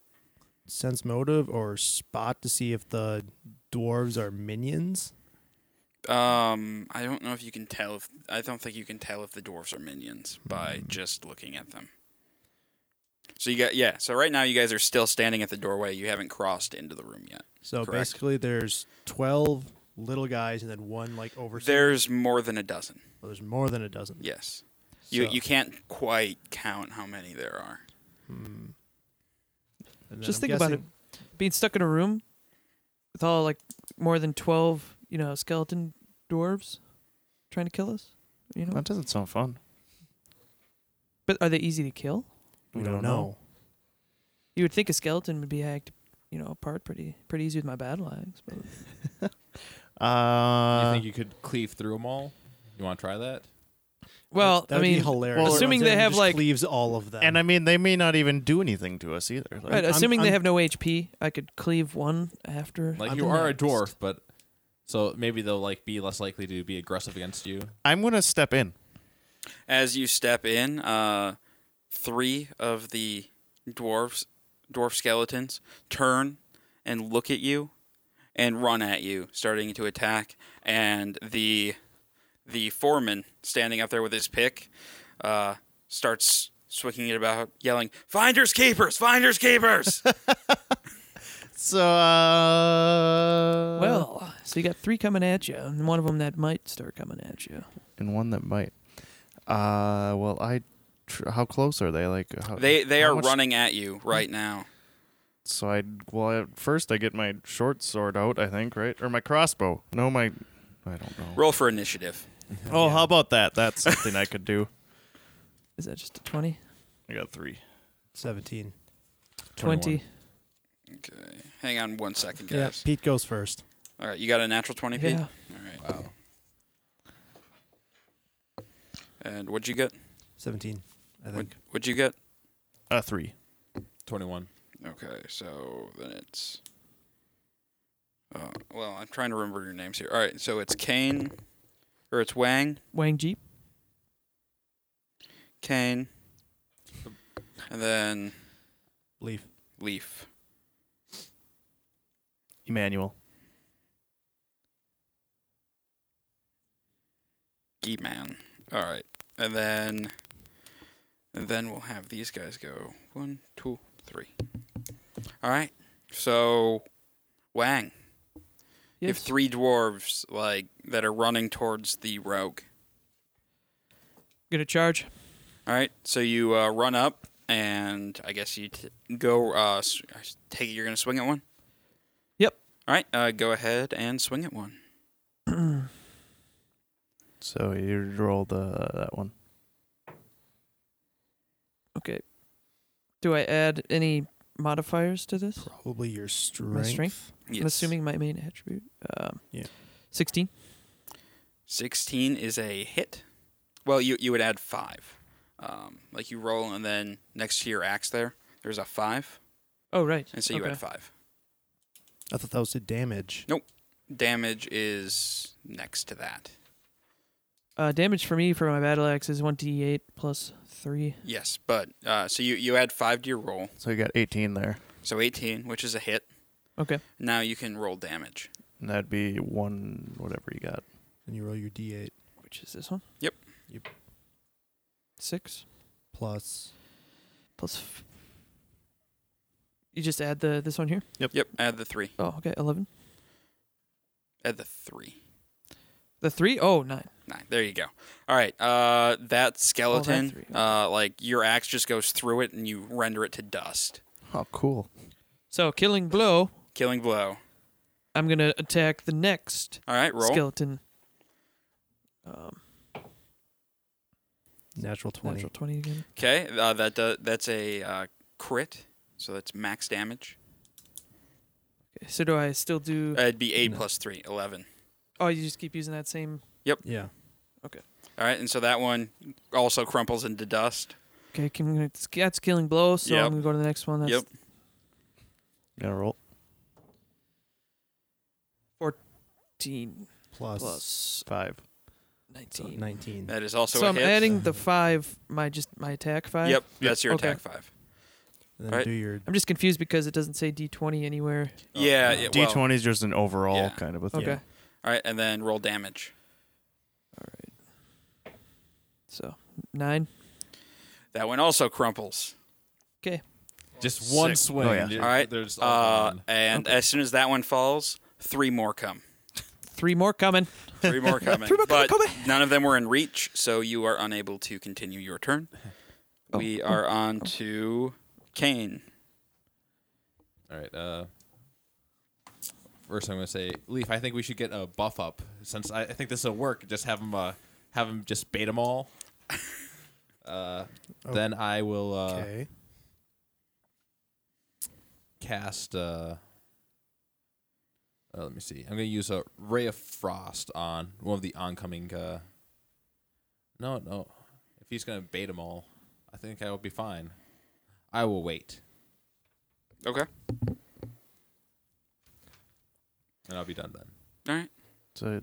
E: sense motive or spot to see if the dwarves are minions?
A: Um, I don't know if you can tell if I don't think you can tell if the dwarves are minions by
E: Hmm.
A: just looking at them. So you got yeah. So right now you guys are still standing at the doorway. You haven't crossed into the room yet.
E: So
A: Correct.
E: basically, there's 12 little guys and then one like over.
A: There's more than a dozen.
E: well, there's more than a dozen.
A: Yes. You
E: So-
A: you can't quite count how many there are.
E: Hmm. And then
D: Just
E: I'm
D: think about it.
E: guessing-
D: Being stuck in a room with all like more than twelve, you know, skeleton dwarves trying to kill us. You know,
C: That doesn't sound fun.
D: but are they easy to kill?
E: We, don't, know.
D: You would think a skeleton would be hacked, you know, apart pretty pretty easy with my battle axe. But
B: you
C: Uh,
B: think you could cleave through them all? You want to try that?
D: well,
E: that
D: I
E: would be
D: mean,
E: hilarious.
C: Well,
D: assuming
E: Someone
D: they
E: just
D: have, like-
E: cleaves all of them.
C: and I mean, they may not even do anything to us either. Like,
D: right,
E: I'm-
D: assuming they
E: I'm-
D: have no HP, I could cleave one after.
B: Like
E: I'm
B: you are a
E: relaxed.
B: dwarf, but so maybe they'll like be less likely to be aggressive against you.
C: I'm gonna step in.
A: As you step in, uh, three of the dwarves, dwarf skeletons, turn and look at you, and run at you, starting to attack. And the the foreman standing up there with his pick uh, starts swinging it about, yelling, "Finders keepers! Finders keepers!"
C: So, uh,
D: well, so you got three coming at you, and one of them that might start coming at you.
C: and one that might. Uh, well, I. Tr- how close are they? Like how,
A: they they
C: how
A: are
C: much-
A: running at you right now.
C: So I well at first I get my short sword out. I think right or my crossbow. No, my. I don't know.
A: Roll for initiative.
C: Oh, how about that? That's something I could do.
D: Is that just a twenty?
C: I got three.
E: 17.
D: Twenty.
A: Okay, hang on one second,
E: Yeah,
A: guys.
E: Pete goes first.
A: All right, you got a natural twenty, Pete.
D: Yeah,
A: All right.
B: Wow.
A: And what'd you get?
E: 17, I
A: What,
E: think.
A: what'd you get?
C: A three.
B: Twenty-one.
A: Okay, so then it's. Uh, well, I'm trying to remember your names here. All right, so it's Kane, or it's Wang,
D: Wang Jeep.
A: Kane, and then
E: Leaf.
A: Leaf.
C: Emmanuel.
A: Gee, man. All right, and then, and then we'll have these guys go one, two, three. All right, so Wang, you have
D: Yes.
A: three dwarves like that are running towards the rogue.
D: Gonna charge.
A: All right, so you uh, run up, and I guess you t- go. Uh, s- I s- take it you're gonna swing at one.
D: Yep.
A: All right, uh, go ahead and swing at one.
C: So you roll the that one.
D: Okay. Do I add any modifiers to this?
E: Probably your
D: My
E: strength.
D: strength.
A: Yes.
D: I'm assuming my main attribute. Um,
E: Yeah.
D: Sixteen.
A: sixteen is a hit. Well, you you would add five. Um, like you roll, and then next to your axe there, there's a five,
D: Oh right.
A: and so you
D: okay.
A: add five.
E: I thought that was the damage.
A: Damage is next to that.
D: Uh, damage for me for my battle axe is one d8 plus three.
A: Yes, but uh, so you you add five to your roll,
C: So you got eighteen there.
A: so eighteen, which is a hit.
D: Okay.
A: Now you can roll damage.
C: And that'd be one whatever you got.
E: And you roll your d8
D: Which is this one?
A: Yep.
E: Yep.
D: Six
E: plus.
D: plus. F- You just add the this one here.
A: Yep. Add the three.
D: Oh, okay, eleven.
A: Add the three.
D: The three. Oh, nine.
A: Nine. There you go. All right. Uh, that skeleton,
D: three,
A: uh, like your axe just goes through it and you render it to dust.
C: Oh, cool.
D: So killing blow.
A: Killing blow.
D: I'm gonna attack the next
A: All right. Roll.
D: skeleton. Um,
E: Natural 20.
D: natural twenty again.
A: Okay. Uh, that do- that's a uh, crit, so that's max damage.
D: Okay, so do I still do?
A: Uh, it'd be eight plus three, 11.
D: Oh, you just keep using that same.
E: Yeah.
A: All right, and so that one also crumples into dust.
D: Okay, can, it's- that's killing blow. So
A: Yep.
D: I'm gonna go to the next one. That's
A: Yep.
C: Gonna roll.
D: 14
E: Plus,
D: plus
C: Five.
E: so
D: 19.
E: 19.
A: That is also
D: So,
A: a
D: I'm
A: hit.
D: adding the five. My just my attack five.
A: Yep, that's your
D: Okay.
A: attack five.
E: And then
A: Alright.
E: do your
D: I'm just confused because it doesn't say d20 anywhere.
A: yeah,
B: Oh,
E: no.
A: yeah,
C: D
A: well,
C: twenty is just an overall
A: Yeah.
C: kind of a thing.
D: Okay.
E: Yeah.
A: All right, and then roll damage.
D: All right. So nine.
A: That one also crumples.
B: Just one
C: Six.
B: swing.
C: Oh, yeah.
B: ju-
A: All right,
B: They're just all
A: Uh,
B: gone.
A: and as soon as that one falls, three more come.
D: Three more coming.
A: Three more coming.
D: Three more coming,
A: but none of them were in reach, so you are unable to continue your turn.
D: Oh,
A: We
D: oh,
A: are on to Kane.
B: All right. Uh, first, I'm gonna say, Leaf. I think we should get a buff up since I, I think this will work. Just have him, uh, have him just bait them all. Uh, Then I will uh,
E: okay.
B: cast. Uh, uh, let me see. I'm gonna use a ray of frost on one of the oncoming. Uh, no, no. If he's gonna bait them all, I think I will be fine. I will wait,
A: Okay.
B: and I'll be done then.
A: All right.
C: So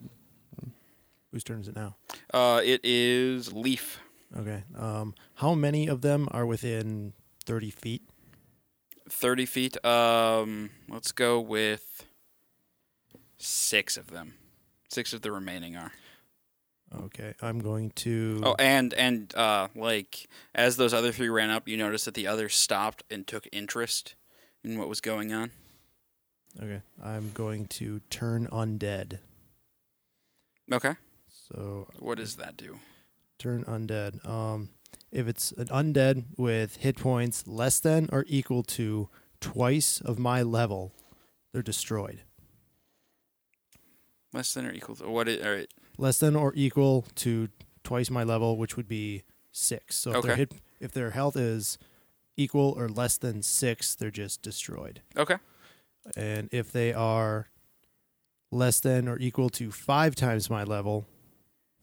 E: Whose turn is it now?
A: Uh, it is Leaf.
E: Okay. Um, how many of them are within 30 feet?
A: 30 feet. Um, let's go with six of them. Six of the remaining are.
E: Okay. I'm going to.
A: Oh, and and uh, like as those other three ran up, you noticed that the others stopped and took interest in what was going on.
E: Okay. I'm going to turn undead.
A: Okay,
E: So
A: what does that do?
E: turn undead. Um, if it's an undead with hit points less than or equal to twice of my level, they're destroyed.
A: Less than or equal to what? It, all right,
E: Less than or equal to twice my level, which would be six. So if, their
A: Okay.
E: hit, if their health is equal or less than six, they're just destroyed.
A: okay,
E: And if they are less than or equal to five times my level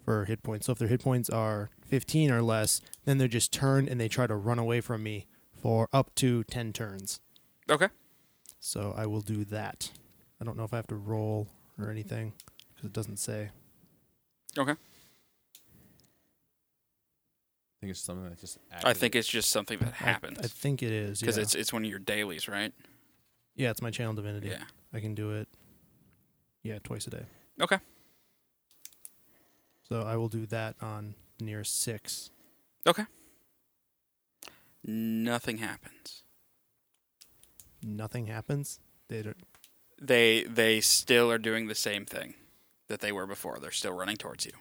E: for hit points, so if their hit points are 15 or less, then they're just turned and they try to run away from me for up to 10 turns.
A: okay.
E: So I will do that. I don't know if I have to roll or anything because it doesn't say.
B: I think it's something that just.
A: I think it's just something that
E: I- I,
A: happens
E: think it is.
A: because
E: yeah.
A: it's it's one of your dailies, right?
E: yeah, it's my channel divinity.
A: Yeah.
E: I can do it. Yeah, twice a day.
A: Okay.
E: So I will do that on near six.
A: Nothing happens.
E: Nothing happens. They don't.
A: They they still are doing the same thing that they were before. They're still running towards you.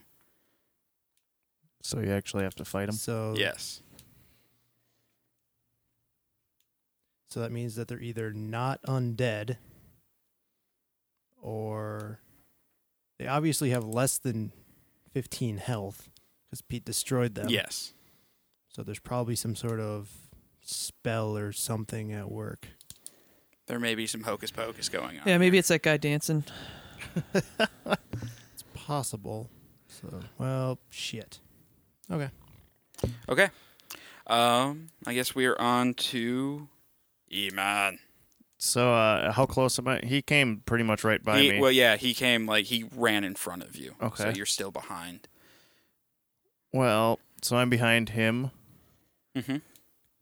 C: so you actually have to fight them.
E: So
A: Yes.
E: So that means that they're either not undead or they obviously have less than 15 health because Pete destroyed them.
A: Yes.
E: So there's probably some sort of spell or something at work.
A: There may be some hocus pocus going on.
D: Yeah, maybe it's that guy dancing.
E: It's possible. So, well, shit. Okay.
A: Okay. Um, I guess we are on to Iman.
C: So uh, how close am I? He came pretty much right by
A: He-
C: me.
A: Well, yeah, he came like he ran in front of you. So
C: Okay.
A: you're still behind.
C: well, so I'm behind him.
A: Mm-hmm.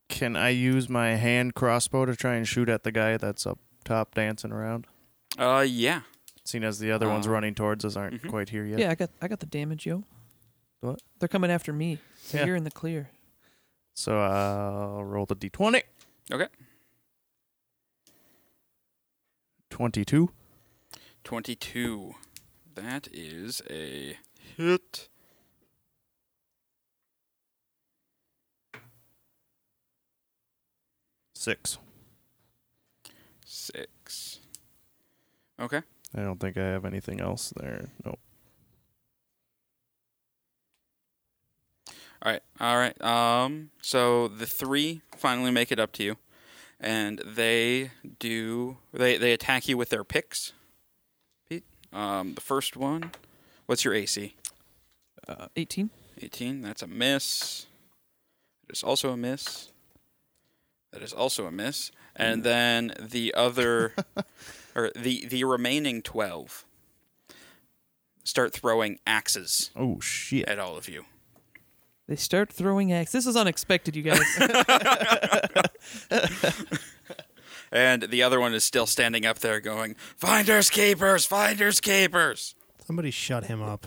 C: Can I use my hand crossbow to try and shoot at the guy that's up top dancing around?
A: Uh, yeah.
C: Seeing as the other ones
A: Uh,
C: running towards us aren't
A: mhm.
C: quite here yet.
D: Yeah, I got I got the damage, yo.
C: What?
D: They're coming after me. So
C: Yeah.
D: you're in the clear.
C: So I'll roll the d20.
A: Okay.
C: 22.
A: 22. That is a hit.
C: Six.
A: Six. Okay.
C: I don't think I have anything else there. Nope.
A: All right. All right. Um. So the three finally make it up to you, and they do. They they attack you with their picks. Pete. Um. The first one. What's your AC?
D: Uh, 18.
A: 18. That's a miss. That is also a miss. That is also a miss. And then the other, or the the remaining 12, start throwing axes
C: Oh, shit.
A: at all of you.
D: They start throwing axes. This is unexpected, you guys.
A: And the other one is still standing up there going, Finders keepers, finders keepers.
E: Somebody shut him up.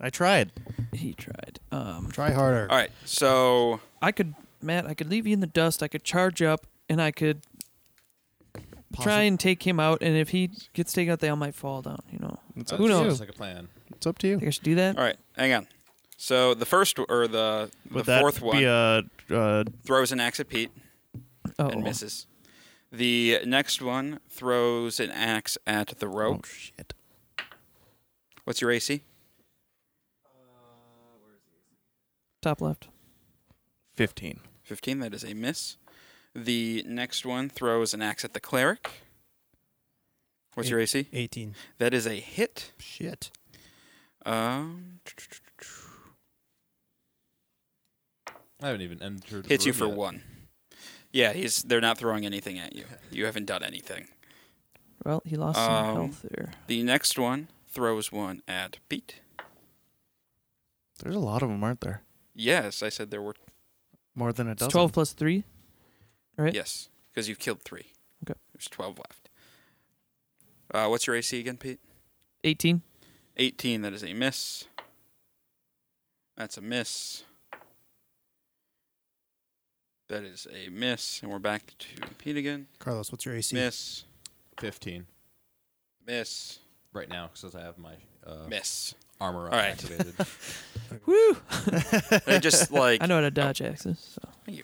C: I tried.
D: he tried. Um,
E: Try harder.
A: All right, so
D: I could, Matt, I could leave you in the dust. I could charge up and I could try and take him out. And if he gets taken out, they all might fall down, you know.
C: It's up
B: That
D: Who
C: to
D: knows?
B: Sounds
C: you.
B: Uh, like a plan.
C: It's up to you.
D: Think I should do that?
A: all right, hang on. So the first or the
C: Would
A: the
C: that
A: fourth one
C: be a uh,
A: throws an axe at Pete.
D: Oh,
A: and misses. The next one throws an axe at the rope.
C: oh shit?
A: What's your AC?
D: top left.
C: Fifteen.
A: 15. That is a miss. The next one throws an axe at the cleric. What's your AC?
E: 18.
A: That is a hit.
E: Shit.
A: Um,
B: I haven't even entered. the
A: hits you
B: room
A: for
B: yet.
A: one. Yeah, he's. They're not throwing anything at you. You haven't done anything.
D: Well, he lost
A: Um,
D: some health there.
A: The next one throws one at Pete.
C: There's a lot of them, aren't there?
A: Yes, I said there were.
C: More than a
D: It's
C: dozen.
D: 12 plus 3. Right.
A: Yes, because you've killed three.
D: Okay.
A: There's 12 left. Uh, what's your AC again, Pete?
D: 18.
A: 18, that is a miss. That's a miss. That is a miss. And we're back to Pete again.
E: Carlos, what's your AC?
A: Miss.
B: Fifteen
A: Miss.
B: right now because I have my
D: Oh.
B: uh,
A: Miss.
B: armor
A: All right.
B: activated.
D: Woo!
A: They just like
D: I know how to dodge axes. So.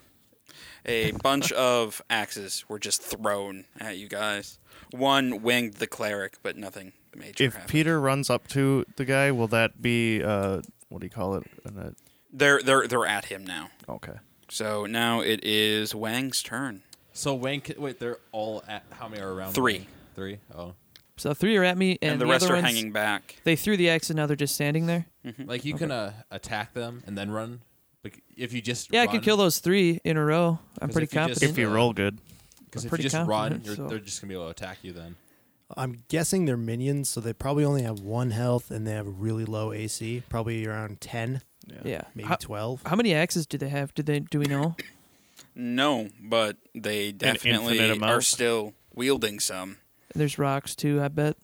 A: a bunch of axes were just thrown at you guys. One winged the cleric, but nothing major.
C: If
A: happened.
C: Peter runs up to the guy, will that be uh, what do you call it? An, uh,
A: they're they're they're at him now.
C: okay.
A: So now it is Wang's turn.
B: so Wayne, ca- wait, they're all at how many are around?
A: Three.
B: Wayne? Three. Oh,
D: so three are at me, and,
A: And, the, rest
D: other
A: are
D: ones,
A: hanging back.
D: They threw the axe, and now they're just standing there.
A: Mm-hmm.
B: like you can uh, attack them and then run. But if you just
D: Yeah, I could kill those three in a row. I'm
B: 'Cause
D: pretty
B: if you just-
D: confident.
C: If you roll good,
B: because if you
D: pretty
B: just run,
D: confident,
B: you're,
D: so-
B: they're just gonna be able to attack you then.
E: I'm guessing they're minions, so they probably only have one health and they have really low AC, probably around 10,
D: yeah.
E: maybe
D: How,
E: 12.
D: how many axes do they have? Do they? Do we know?
A: No, but they definitely
C: infinite
A: are
C: amount.
A: still wielding some.
D: There's rocks too. I bet.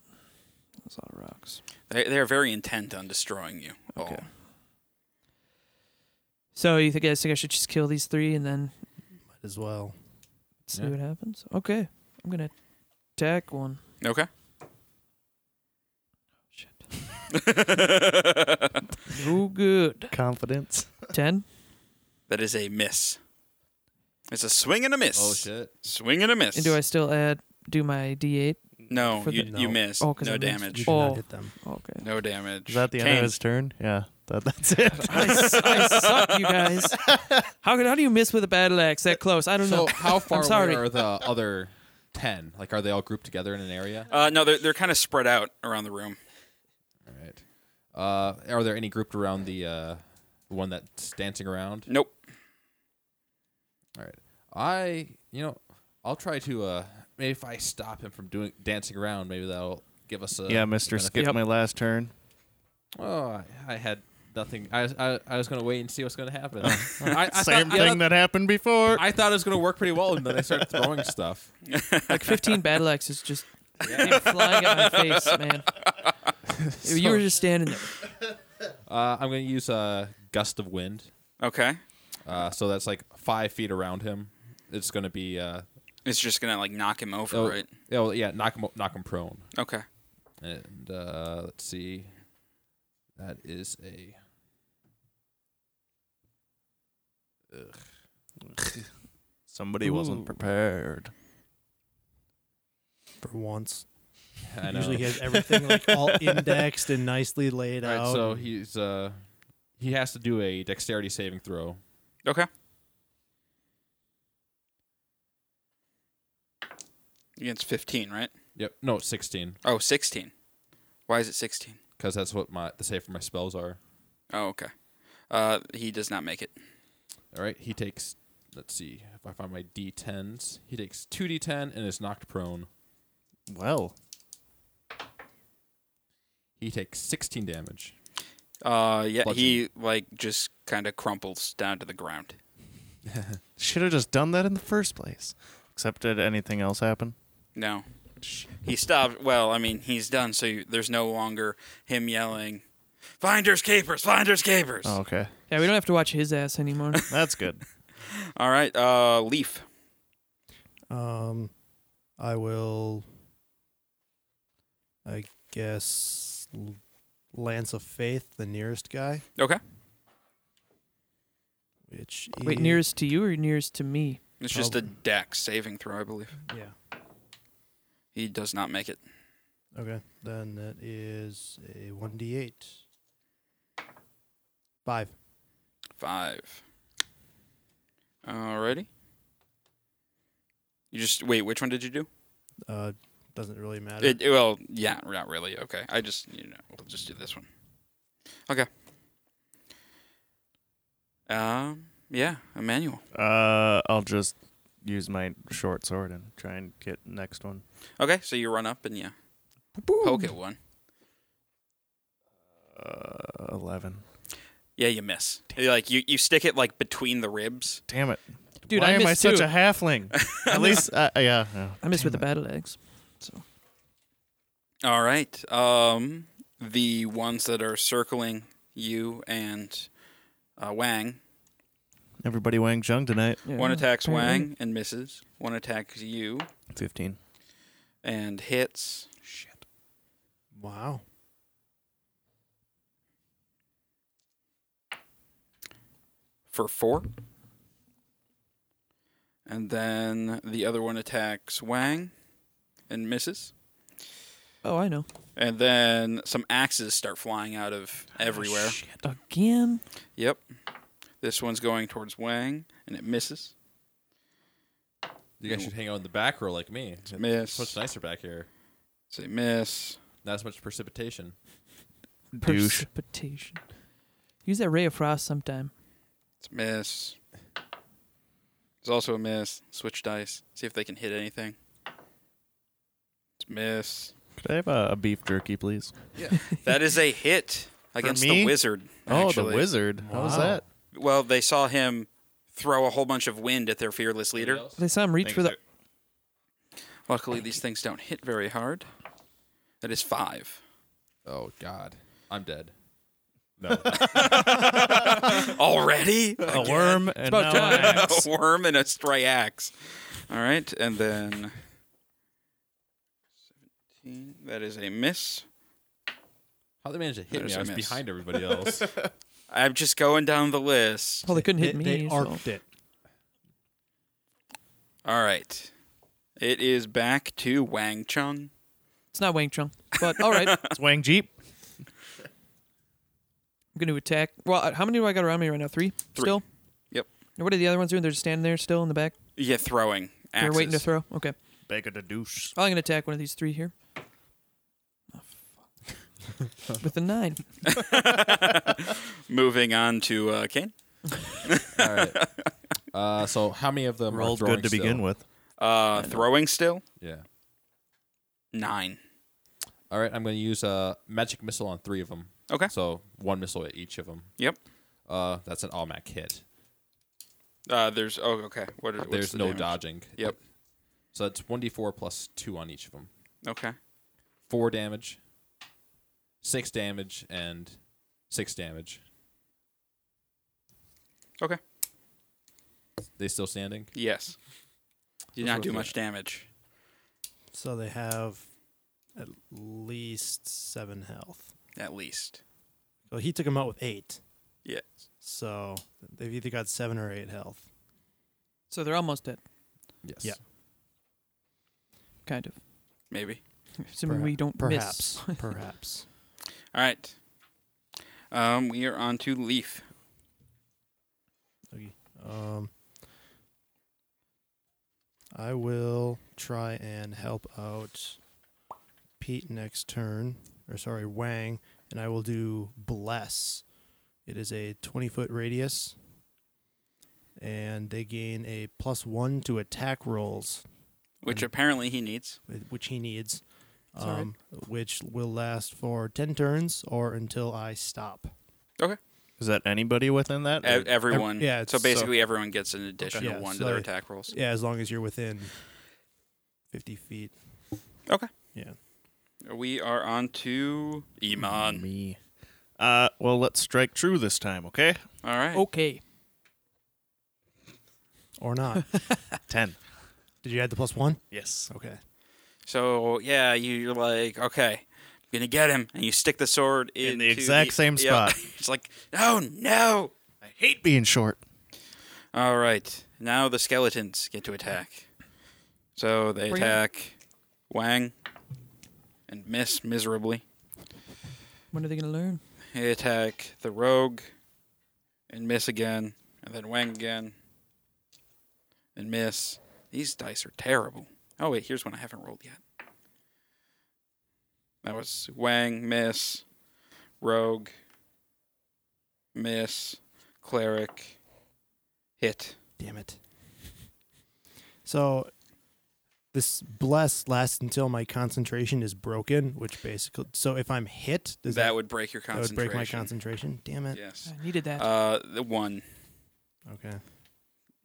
D: There's a lot of rocks.
A: They they are very intent on destroying you. all.
D: Okay. So you think- guys think I should just kill these three and then
E: Might as well.
D: see
B: Yeah.
D: what happens? Okay, I'm gonna attack one.
A: Okay.
D: Shit.
A: that
D: No good.
C: confidence.
D: Ten.
A: is a miss. It's a swing and a miss.
B: Oh shit!
A: Swing and a miss.
D: And do I still add? Do my D8?
A: No,
D: for
A: you,
D: the-
A: you
E: No.
A: missed.
D: Oh, 'cause
A: no
D: I missed.
E: You
A: damage.
E: did not
D: Oh.
E: hit them.
D: Okay.
A: No damage.
C: Is that the end
A: Kane,
C: of his turn? Yeah, that, that's it.
D: I, s- I suck, you guys. How could- how do you miss with a battle axe that close? I don't
B: So
D: know.
B: how far away
D: sorry.
B: are the other ten? Like, are they all grouped together in an area?
A: Uh, no, they're they're kind of spread out around the room.
B: All right. Uh, are there any grouped around the uh, one that's dancing around?
A: Nope.
B: All right. I, you know, I'll try to. Uh, maybe if I stop him from doing dancing around, maybe that'll give us a.
C: yeah, Mister, skip
D: Yep.
C: my last turn.
B: Oh, I, I had nothing. I, was- I, I was gonna wait and see what's gonna happen. I, I
C: Same
B: thought, yeah,
C: thing that happened before.
B: I thought it was gonna work pretty well, and then I started throwing stuff.
D: Like 15 battle axes just came flying at my face, man. you were just standing there.
B: Uh, I'm gonna use a gust of wind.
A: Okay.
B: Uh, so that's like five feet around him. It's gonna be uh,
A: It's just gonna like knock him over,
B: Oh.
A: right?
B: Yeah, well, yeah, knock him, knock him prone.
A: Okay.
B: And uh, let's see. That is a. Ugh.
C: Somebody wasn't
E: Ooh.
C: prepared.
E: for once.
B: I know.
E: Usually he has everything like all indexed and nicely laid
B: All right,
E: out.
C: Um,
B: so he's uh, he has to do a dexterity saving throw.
A: Okay. Against 15, right?
B: Yep. No, sixteen,
A: Oh, 16. Why is it 16?
B: because that's what my the save for my spells are.
A: Oh, okay. Uh, he does not make it.
B: All right. He takes. Let's see if I find my d10s. He takes two d10 and is knocked prone.
C: Well,
B: He takes sixteen damage.
A: Uh, yeah,
B: Bludgeon.
A: he like just kind of crumples down to the ground.
C: should have just done that in the first place. Except did anything else happen?
A: No, he stopped. Well, I mean, he's done, so you, there's no longer him yelling, "Finders keepers, finders keepers."
C: Oh, okay,
D: Yeah, we don't have to watch his ass anymore.
C: that's good.
A: All right, uh, Leaf.
E: Um, I will, I guess, l- Lance of Faith, the nearest guy.
A: Okay,
E: Which
D: Wait,
E: is-
D: nearest to you or nearest to me?
A: it's just a
E: Probably.
A: Dex saving throw, I believe.
E: Yeah.
A: He does not make it.
E: Okay, then that is a one d eight. Five.
A: Five. Alrighty. You just wait. Which one did you do?
E: Uh, doesn't really matter.
A: It, well, yeah, not really. Okay, I just you know we'll just do this one. Okay. Um. Yeah, Emmanuel.
C: Uh, I'll just use my short sword and try and get next one.
A: Okay, so you run up and yeah, poke at one.
C: Uh, eleven.
A: Yeah, you miss. Like you, you stick it like between the ribs.
C: Damn it,
D: Dude,
C: Why
D: I
C: am I
D: missed
C: such
D: too.
C: a halfling? At least, uh, yeah. oh,
D: I miss
C: damn
D: with the
C: it.
D: battle axe.
A: All right. Um, the ones that are circling you and uh, Wang.
C: Everybody Wang Jung tonight.
D: Yeah,
A: One attacks
D: apparently.
A: Wang and misses. One attacks you
C: Fifteen.
A: and hits.
B: Shit.
E: wow.
A: for four. And then the other one attacks Wang and misses.
D: Oh, I know.
A: And then some axes start flying out of everywhere.
D: Again.
A: yep. This one's going towards Wang and it misses.
B: You guys should hang out in the back row like me. It's much
A: Miss.
B: nicer back here.
A: Say miss.
B: Not as much precipitation.
C: Douche.
D: Precipitation. Use that ray of frost sometime.
A: It's a miss. It's also a miss. Switch dice. See if they can hit anything. It's a miss.
C: Could I have a, a beef jerky, please?
A: that is a hit against the
C: me?
A: wizard.
C: Oh,
A: actually.
C: the wizard. How was
E: Wow.
C: that?
A: Well, they saw him throw a whole bunch of wind at their fearless leader.
D: They saw him reach for the.
A: Luckily, these things don't hit very hard. That is five.
B: Oh God, I'm dead. No,
A: Already?
C: A worm and now
D: about
C: an
D: time.
C: axe.
A: a worm and a stray axe. All right, and then 17. That is a miss.
B: how they managed to hit
A: There's
B: me?
A: a
B: I was
A: miss.
B: behind everybody else.
A: I'm just going down the list.
D: Well, Oh, they couldn't
E: They,
D: hit
E: they
D: me. so-
E: arced it.
A: All right. It is back to Wang Chung.
D: It's not Wang Chung, but all right. I'm
C: It's Wang Jeep.
D: going to attack. Well, uh, how many do I got around me right now? Three?
A: Three.
D: Still?
A: Yep.
D: And what are the other ones doing? They're just standing there still in the back.
A: Yeah, throwing axes.
D: They're waiting to throw. Okay.
C: Beg of the douche.
D: I'm going to attack one of these three here. Oh, fuck. With a nine.
A: Moving on to uh, Kane.
B: All right. Uh, so how many of them
C: Rolled
B: are throwing
C: good to
B: still?
C: begin with.
A: Uh, throwing still?
B: Yeah.
A: Nine.
B: All right, I'm going to use a uh, magic missile on three of them.
A: Okay.
B: So one missile at each of them.
A: Yep.
B: Uh, that's an automatic hit.
A: Uh, there's oh okay. What is what's
B: There's
A: the
B: no
A: damage?
B: dodging.
A: Yep.
B: So it's one d4 plus two on each of them.
A: Okay.
B: Four damage, six damage, and six damage.
A: Okay.
B: They still standing?
A: Yes. Did
B: That's
A: not
B: what
A: do
B: we-
A: much damage.
E: So they have at least seven health.
A: At least.
E: So he took him out with eight.
A: Yes.
E: So they've either got seven or eight health.
D: So they're almost dead,
B: Yes.
E: Yeah.
D: kind of.
A: Maybe.
D: Assuming we don't
E: Perhaps.
D: miss.
E: perhaps.
A: All right. Um, we are on to Leaf.
E: Okay. Um, I will try and help out Pete next turn, or sorry, Wang, and I will do Bless. It is a 20 foot radius, and they gain a plus one to attack rolls
A: which
E: And-
A: apparently he needs.
E: with- which he needs,
D: It's alright.
E: um, which will last for 10 turns or until I stop.
C: Is that anybody within that?
A: E- everyone.
E: yeah,
A: So
E: it's-
A: basically, everyone gets an additional
E: Yeah,
A: one
E: so
A: to their
E: I-
A: attack rolls.
E: Yeah, as long as you're within 50 feet.
A: Okay.
E: Yeah.
A: We are on to Iman.
C: Me. Uh, well, let's strike true this time, okay?
A: All right.
D: Okay.
E: Or not.
C: Ten.
E: Did you add the plus one?
C: Yes.
E: Okay.
A: So yeah, you- you're like, okay, I'm gonna get him, and you stick the sword
C: In the
A: into
C: exact same
A: yeah.
C: spot.
A: it's like, no, no.
C: I hate being short.
A: All right. Now the skeletons get to attack. So they
D: Bring it.
A: attack Wang and miss miserably.
D: When are they going to learn?
A: They attack the rogue and miss again, and then Wang again and miss. These dice are terrible. Oh, wait, here's one I haven't rolled yet. That was Wang, miss, rogue, miss, cleric, hit.
E: Damn it. So this bless lasts until my concentration is broken, which basically so if I'm hit, does
A: that,
E: that,
A: would break your
E: that would
A: concentration.
E: break my concentration? Damn it.
A: Yes.
D: I needed that.
A: Uh, the one.
E: Okay.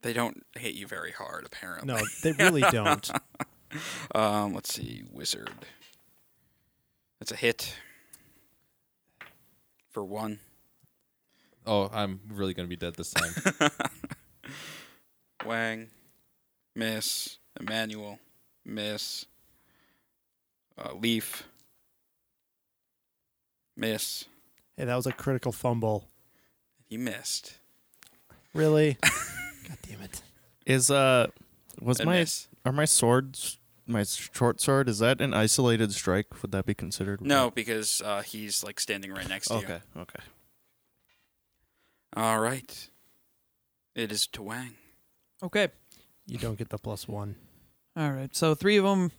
A: They don't hit you very hard, apparently.
E: No, they really don't.
A: Um, let's see, wizard. That's a hit for one.
B: Oh, I'm really gonna be dead this time.
A: Wang, miss. Emmanuel, miss. Uh, Leaf, miss.
E: Hey, that was a critical fumble.
A: He missed.
E: Really? God damn it.
C: Is uh, was
A: And
C: my
A: miss.
C: are my swords my short sword? Is that an isolated strike? Would that be considered?
A: No, because uh, he's like standing right next to you.
C: Okay. Okay.
A: All right. It is to Wang.
D: okay.
E: You don't get the plus one.
D: All right. So three of them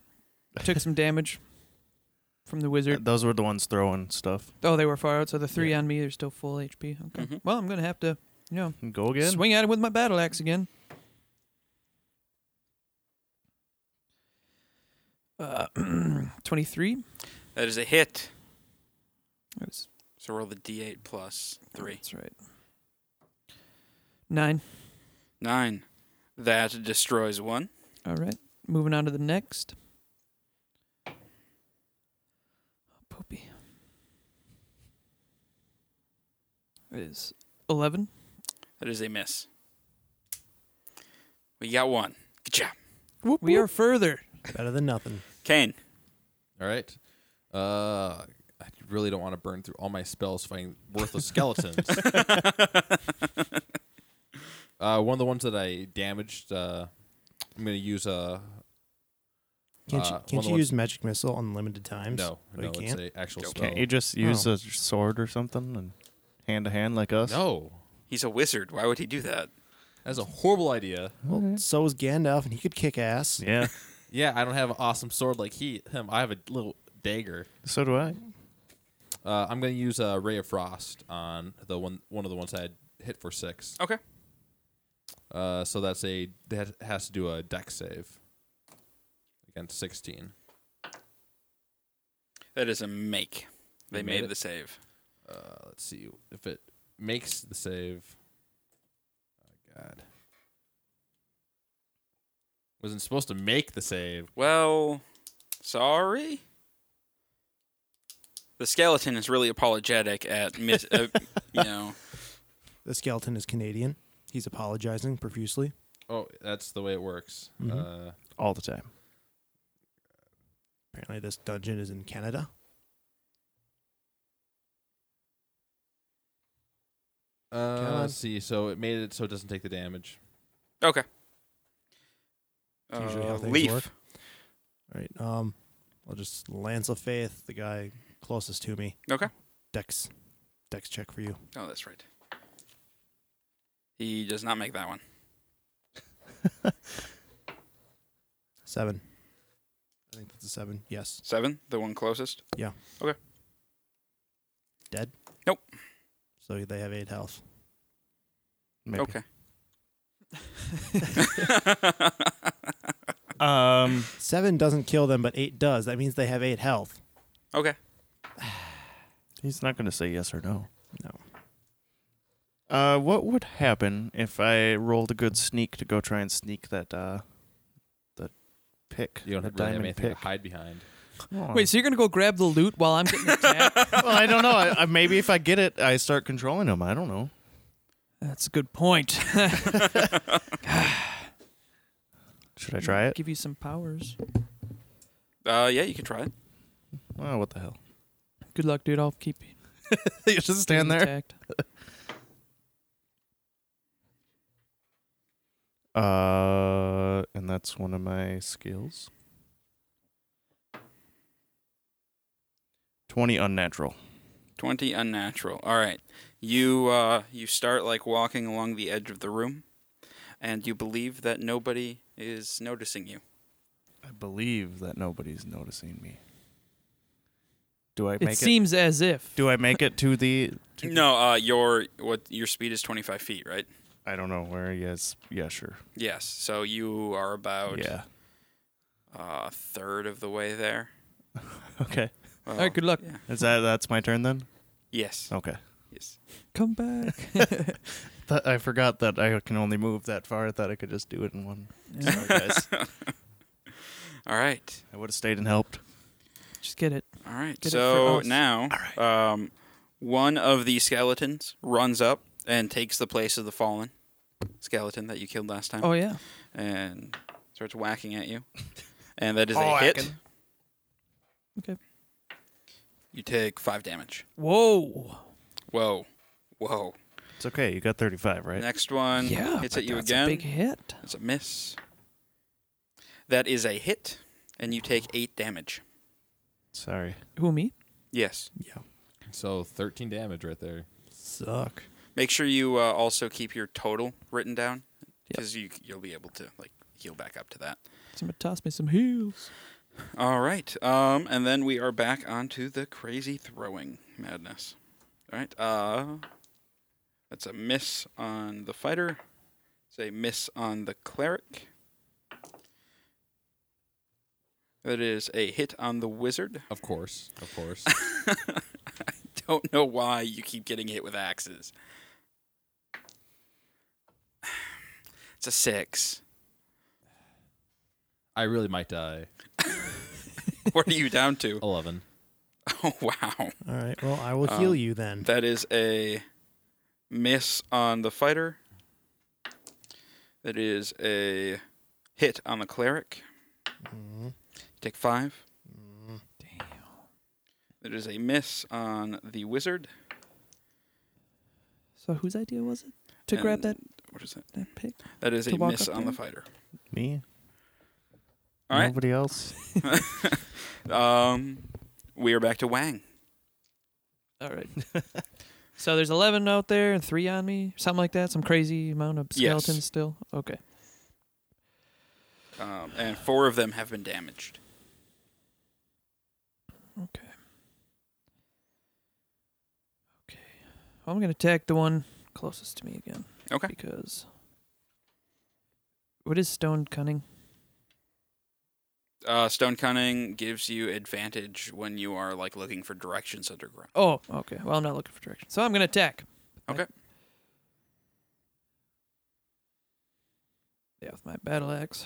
D: took some damage from the
C: Th-
D: wizard.
C: Those were the ones throwing stuff.
D: Oh, they were far out. So the three
E: Yeah.
D: on me, they're still full HP. Okay.
A: Mhm.
D: Well, I'm going to have to, you know,
C: Go again.
D: swing at it with my battle axe again. Uh, 23.
A: That is a hit.
D: That was-
A: So roll the d8 plus three.
D: That's right. Nine.
A: Nine. That destroys one.
D: All right. Moving on to the next. Oh, Poopy. It is 11.
A: That is a miss. We got one. Good job.
D: we are further.
E: Better than nothing.
A: Kane.
B: All right. Uh, I really don't want to burn through all my spells fighting worthless skeletons. uh, one of the ones that I damaged. Uh, I'm gonna use a.
E: Can't
B: Uh,
E: you,
B: one
E: can't
B: of
E: you
B: the
E: use magic missile unlimited times?
B: No,
E: Oh, you
B: no, it's
E: can't?
B: a actual
A: Nope.
B: spell.
C: Can't you just
B: Oh.
C: use a sword or something and hand to hand like us?
B: No,
A: He's a wizard. Why would he do that?
B: that's a horrible idea.
C: Okay.
E: So was Gandalf, and he could kick ass.
C: Yeah.
B: Yeah, I don't have an awesome sword like he him. I have a little dagger.
C: so do I.
B: Uh, I'm gonna use a ray of frost on the one one of the ones I had hit for six.
A: Okay.
B: Uh, so that's a that has to do a deck save against 16.
A: That is a make. They
B: You
A: made,
B: made it?
A: the save.
B: Uh, let's see if it makes the save. Oh God, wasn't supposed to make the save.
A: Well, sorry. The skeleton is really apologetic at miss. Uh, you know,
E: The skeleton is Canadian. He's apologizing profusely.
B: Oh, that's the way it works.
C: Mm-hmm.
E: Mhm.
B: Uh,
C: all the time.
E: Apparently, this dungeon is in Canada.
B: uh,
E: on.
B: let's see. So it made it so it doesn't take the damage.
A: Okay.
E: It's usually how
A: Uh,
E: things
A: leaf.
E: work. All right. Um, I'll just Lance of Faith, the guy closest to me.
A: Okay.
E: Dex, Dex check for you.
A: Oh, that's right. He does not make that one.
E: Seven. I think that's a seven. Yes.
A: Seven, the one closest.
E: Dead.
A: Nope.
E: So they have eight health.
C: Maybe.
A: Okay.
C: Um,
E: Seven doesn't kill them, but eight does. That means they have eight health.
A: okay.
C: he's not going to say yes or no.
E: No.
C: Uh, what would happen if I rolled a good sneak to go try and sneak that uh, the pick?
B: You don't
C: the
B: have really have
C: diamond
B: anything to
C: pick.
B: hide behind.
C: Oh.
D: Wait, so you're gonna go grab the loot while I'm getting attacked?
C: well, I don't know. I, I, maybe if I get it, I start controlling him. I don't know.
D: That's a good point.
C: Should I try it?
D: Give you some powers.
A: Uh, yeah, you can try it.
C: Oh, what the hell?
D: Good luck, dude. I'll keep you
C: you just stand there.
D: intact.
C: Uh, and that's one of my skills. Twenty unnatural.
A: Twenty unnatural. All right. You uh, you start like walking along the edge of the room, and you believe that nobody is noticing you.
C: I believe that nobody's noticing me. Do I
D: It
C: make it?
D: seems as if.
C: do I make it to the? To
A: No, uh, your what your speed is twenty five feet, right?
C: I don't know where he is. Yeah, sure.
A: Yes. So you are about
C: Yeah.
A: uh, a third of the way there.
C: Okay.
A: Well,
D: All right. Good luck. Oh.
A: yeah.
C: Is that that's my turn then?
A: Yes.
C: Okay.
A: Yes.
D: Come back.
C: Th- I forgot that I can only move that far. I thought I could just do it in one. Sorry, guys.
A: All right.
C: I would have stayed and helped.
D: Just get it.
A: All right.
D: Get it for
A: so
D: us.
A: now, um, one of the skeletons runs up and takes the place of the fallen skeleton that you killed last time,
D: Oh yeah.
A: and starts whacking at you. And that is a hit.
D: Okay.
A: You take five damage.
D: Whoa.
A: Whoa, whoa.
C: It's okay. You got 35, right?
A: Next one
D: yeah.
A: hits
D: but
A: at you
D: that's
A: again.
D: A big hit.
A: It's a miss. That is a hit, and you take eight damage.
C: Sorry.
D: Who me?
A: Yes.
B: So 13 damage right there.
E: Suck.
A: Make sure you uh, also keep your total written down,
D: Yep.
A: because you you'll be able to like heal back up to that.
D: Somebody toss me some heals.
A: All right. Um, and then we are back onto the crazy throwing madness. All right. Uh, that's a miss on the fighter. It's a miss on the cleric. That is a hit on the wizard.
B: Of course, of course.
A: Don't know why you keep getting hit with axes. It's a six.
B: I really might die.
A: What are you down to?
B: 11.
A: Oh wow.
E: All right. Well, I will
B: Uh,
E: heal
A: Um,
E: you then.
A: That is a miss on the fighter. That is a hit on the cleric.
E: Mhm.
A: Take five.
E: Mhm.
D: Damn.
A: That is a miss on the wizard.
D: So whose idea was it to grab that,
A: And What is that?
D: that pick?
A: That is
D: To
A: a
D: walk
A: miss
D: up
A: on the
D: there?
A: fighter.
C: Me?
A: All right.
C: Nobody else?
A: Um, we are back to Wang.
D: All right. so there's 11 out there and three on me, something like that. Some crazy amount of
A: Yes.
D: skeletons still. Okay.
A: Um, and four of them have been damaged.
D: Well, I'm gonna attack the one closest to me again.
A: Okay.
D: Because what is stoned cunning?
A: Uh, Stone Cunning gives you advantage when you are like looking for directions underground.
D: Oh, okay. Well, I'm not looking for direction, so I'm gonna attack.
A: Okay.
D: Yeah, with my battle axe.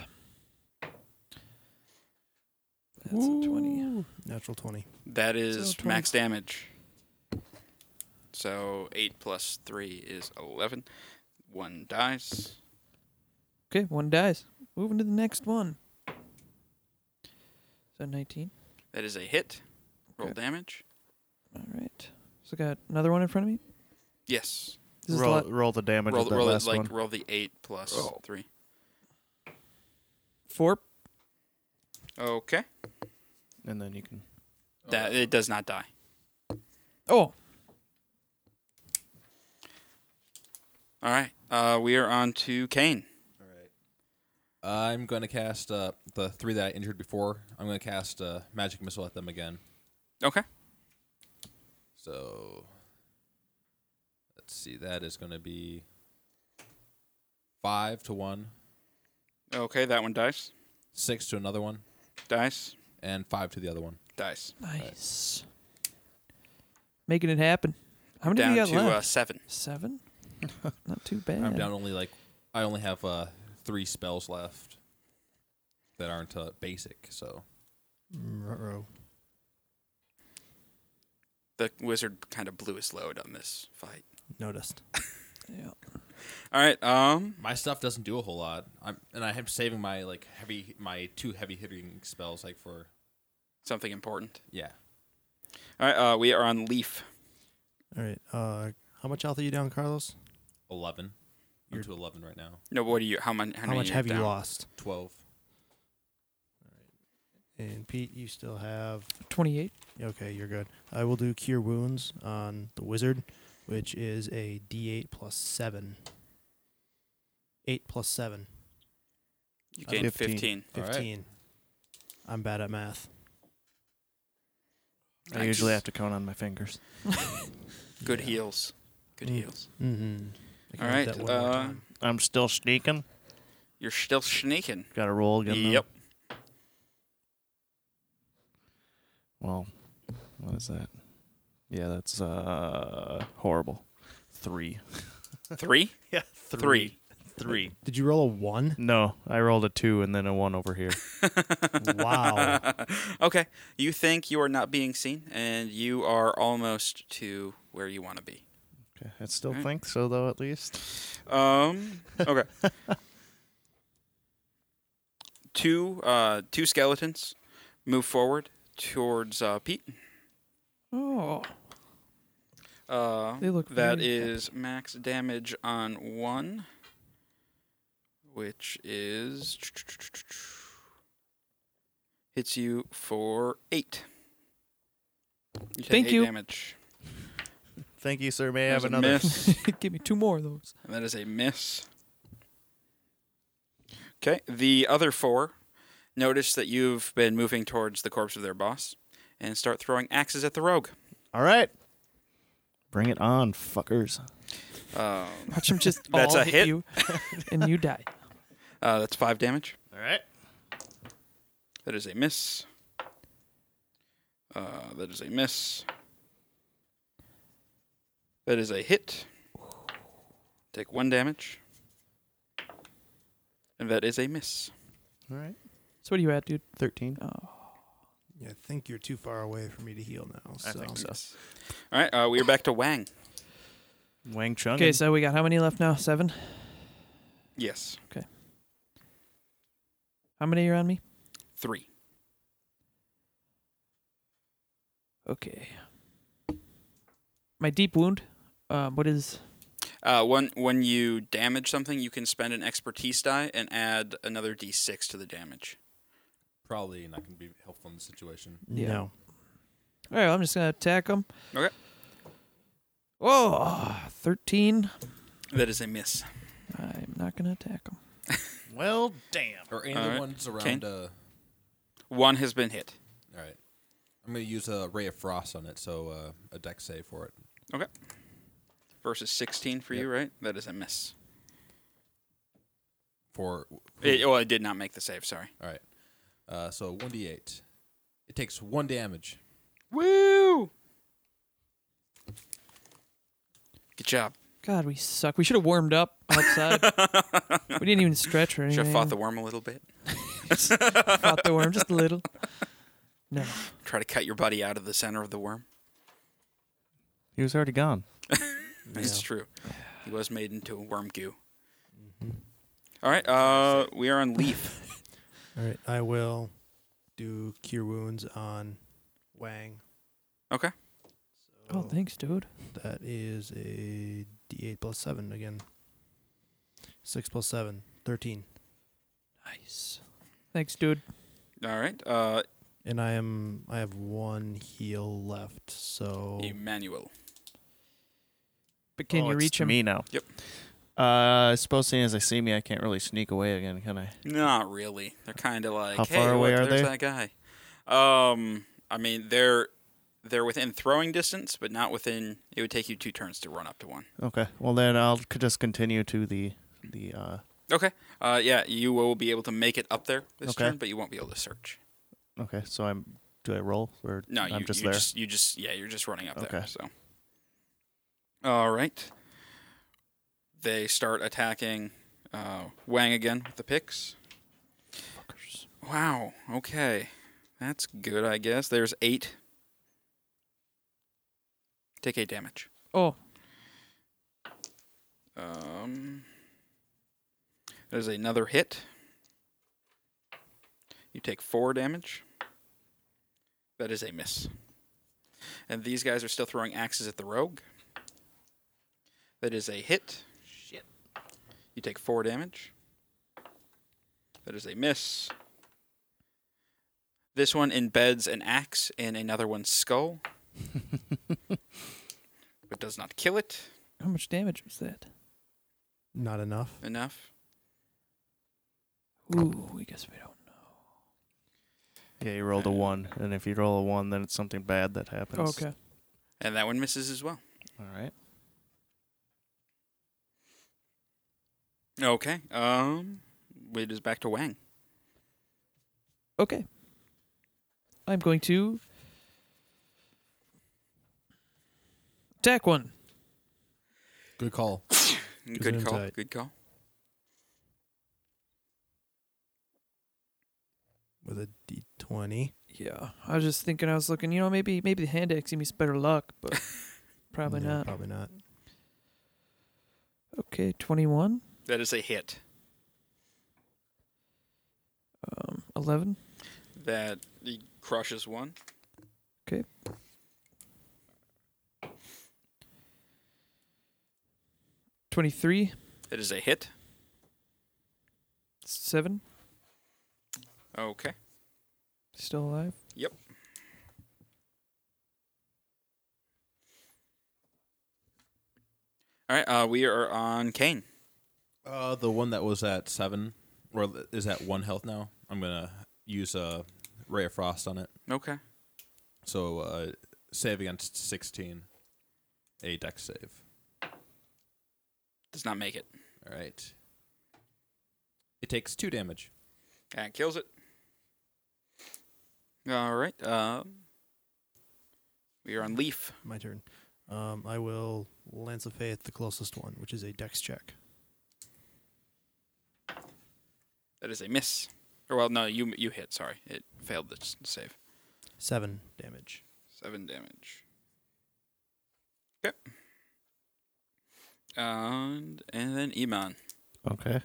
D: That's a twenty.
E: Natural twenty.
A: That is
D: 20.
A: max damage. So eight plus three is eleven. One dies.
D: Okay, one dies. Moving to the next one. So 19.
A: That is a hit. Roll
D: Okay.
A: damage.
D: All right. So I got another one in front of me.
A: Yes.
D: This is the
C: roll,
D: la-
C: roll the damage
A: Roll,
C: of that
A: roll it
C: last
A: like
C: one.
A: roll the eight plus
B: Oh.
A: three.
D: four.
A: Okay.
C: and then you can.
A: That it does not die.
D: Oh,
A: All right. Uh, we are on to Kane.
B: All right. I'm going to cast uh, the three that I injured before. I'm going to cast uh, Magic Missile at them again.
A: Okay.
B: So let's see. That is going to be five to one,
A: Okay, that one dies.
B: six to another one,
A: Dies.
B: and five to the other one.
A: Dies.
D: nice. Making it happen. How many do
A: Down
D: you got
A: to
D: left?
A: uh, seven.
D: Seven. Not too bad.
B: I'm down only like I only have uh, three spells left that aren't uh, basic. So
E: Ruh-roh.
A: The wizard kind of blew his load on this fight.
E: Noticed.
D: Yeah.
A: All right. Um.
B: my stuff doesn't do a whole lot. I'm and I am saving my like heavy my two heavy hitting spells like for
A: Something important.
B: yeah.
A: All right. Uh, we are on Leaf.
E: All right. Uh, how much health are you down, Carlos?
B: 11. I'm
E: You're-
B: to 11 right now.
A: No. What do you? How much?
E: How much have you lost?
B: 12.
E: And Pete, you still have.
D: 28.
E: Okay, you're good. I will do cure wounds on the wizard, which is a D8 plus seven. Eight plus seven.
A: You
E: Uh,
A: gained
C: 15.
A: fifteen.
B: All right.
E: Fifteen. I'm bad at math.
C: I
A: Nice.
C: usually have to count on my fingers.
A: Good
E: Yeah.
A: heals. Good
E: Mm.
A: heals.
E: Mm-hmm.
A: All right. uh,
C: I'm still sneaking.
A: You're still sneaking.
C: Got to roll again. though.
A: Yep.
C: Well, what is that? Yeah, that's uh horrible. Three.
A: Three.
C: Yeah,
A: Three.
C: Three.
E: Did you roll a one?
C: No, I rolled a two and then a one over here.
E: Wow.
A: okay. You think you are not being seen, and you are almost to where you want to be.
C: Okay, I still
A: Alright.
C: think so though. At least.
A: Um. Okay. two. Uh. Two skeletons move forward towards uh, Pete.
D: Oh,
A: Uh.
D: they look
A: That
D: very happy.
A: is max damage on one, which is hits you for eight. You take
D: Thank
A: eight
D: you.
A: Damage.
C: Thank you, sir. May I
A: That is
C: have
A: a
C: another?
A: miss.
D: Give me two more of those.
A: And that is a miss. Okay, the other four notice that you've been moving towards the corpse of their boss and start throwing axes at the rogue.
C: All right. Bring it on, fuckers.
A: Um,
D: Watch them just
A: That's
D: all
A: a hit.
D: you, and you die.
A: uh, that's five damage.
C: All right.
A: That is a miss. Uh, that is a miss. That is a hit. Take one damage. And that is a miss.
C: All right.
D: So what are you at, dude?
C: Thirteen.
D: Oh,
E: Yeah, I think you're too far away for me to heal now.
C: I think so.
A: All right, uh, we are back to Wang.
C: Wang Chung.
D: Okay, so we got how many left now? Seven.
A: Yes,
D: How many are on me?
A: three.
D: Okay. My deep wound. Um, what is?
A: Uh, when when you damage something, you can spend an expertise die and add another d6 to the damage.
B: Probably not going to be helpful in this situation.
D: Yeah.
E: No.
D: All right, I'm just gonna attack them.
A: Okay.
D: Oh, 13.
A: That is a miss.
D: I'm not gonna attack them.
C: Well, damn.
B: Or any of
A: Alright.
B: the ones around. Uh,
A: One has been hit.
B: all right. I'm going to use a Ray of Frost on it, so uh, a deck save for it.
A: Versus 16 for you, right? That is a miss.
B: For
A: It, oh, I did not make the save. Sorry.
B: All right. Uh, so 1d8. It takes one damage.
A: Woo! Good job.
D: God, we suck. We should have warmed up outside. we didn't even stretch or anything.
A: Should have fought the worm a little bit.
D: Fought the worm just a little. No. Oh,
A: Try to cut your buddy out of the center of the worm.
C: He was already gone.
E: Mm-hmm.
A: It's true. He was made into a worm goo. All right. Uh, we are on Leaf.
E: All right, I will do cure wounds on Wang.
A: Okay.
D: Oh,
E: So
D: thanks, dude.
E: That is a d8 plus 7 again. 6 plus 7, 13.
D: Nice. Thanks, dude.
A: All right. Uh,
E: And I am I have one heal left. So
A: Emmanuel.
D: But can
C: Oh,
D: you
C: it's
D: reach
C: to
D: him?
C: Me now.
A: Yep.
C: Uh, I suppose seeing as they see me, I can't really sneak away again, can I?
A: Not really. They're kind of like,
C: How
A: hey,
C: far away
A: look,
C: are
A: there's
C: they?"
A: that guy. Um, I mean, they're they're within throwing distance, but not within. It would take you two turns to run up to one.
C: Okay. Well, then I'll c- just continue to the the. Uh,
A: Okay. Uh, yeah, you will be able to make it up there this
C: Okay.
A: turn, but you won't be able to search.
C: okay. So I'm. Do I roll or
A: No, you,
C: I'm just
A: you
C: there?
A: just you just yeah, you're just running up there.
C: Okay.
A: So. All right. They start attacking uh, Wang again with the picks. Wow. Okay, that's good. I guess there's eight. Take eight damage.
D: Oh,
A: Um, there's another hit. You take four damage. That is a miss. And these guys are still throwing axes at the rogue. That is a hit. Shit. You take four damage. That is a miss. This one embeds an axe in another one's skull, but does not kill it
D: how much damage was that?
E: not enough.
A: enough.
D: Ooh, I guess we don't.
C: yeah, you rolled a one, and if you roll a one, then it's something bad that happens.
D: okay.
A: And that one misses as well.
C: All right.
A: Okay. Um, it is back to Wang.
D: Okay. I'm going to attack one.
B: Good call.
A: Good
E: him
A: call.
E: tight.
A: Good call.
E: with a d20.
D: Yeah, I was just thinking. I was looking. You know, maybe maybe the hand axe gives me some better luck, but probably
E: No,
D: not.
E: Probably not.
D: Okay, twenty-one,
A: That is a hit.
D: um, eleven.
A: That he crushes one.
D: Twenty-three,
A: That is a hit.
D: seven.
A: Okay.
D: Still alive.
A: Yep. All right. Uh, we are on Kane.
B: Uh, the one that was at seven, or th- is at one health now. I'm gonna use a ray of frost on it.
A: Okay.
B: So uh, save against sixteen, a dex save.
A: Does not make it.
B: All right. It takes two damage.
A: That kills it. All right. Uh, we are on Leaf.
E: My turn. Um, I will Lance of Faith, the closest one, which is a dex check.
A: That is a miss. Or well, no, you you hit. Sorry, it failed the s- save.
E: Seven damage.
A: Seven damage. Okay. And and then Iman.
C: Okay.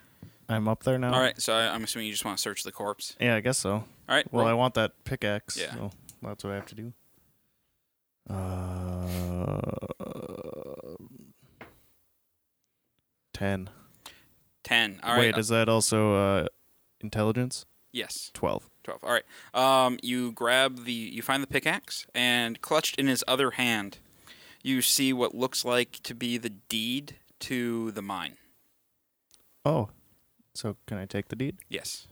C: I'm up there now.
A: All right, so I, I'm assuming you just want to search the corpse.
C: Yeah, I guess so.
A: All right.
C: Well, I
A: roll.
C: want that pickaxe.
A: Yeah.
C: So that's what I have to do. Uh, ten.
A: ten. All right.
C: Wait,
A: uh,
C: is that also uh, intelligence?
A: yes,
C: Twelve.
A: twelve. All right. Um, you grab the you find the pickaxe and clutched in his other hand, you see what looks like to be the deed to the mine.
C: Oh, so can I take the deed?
A: Yes,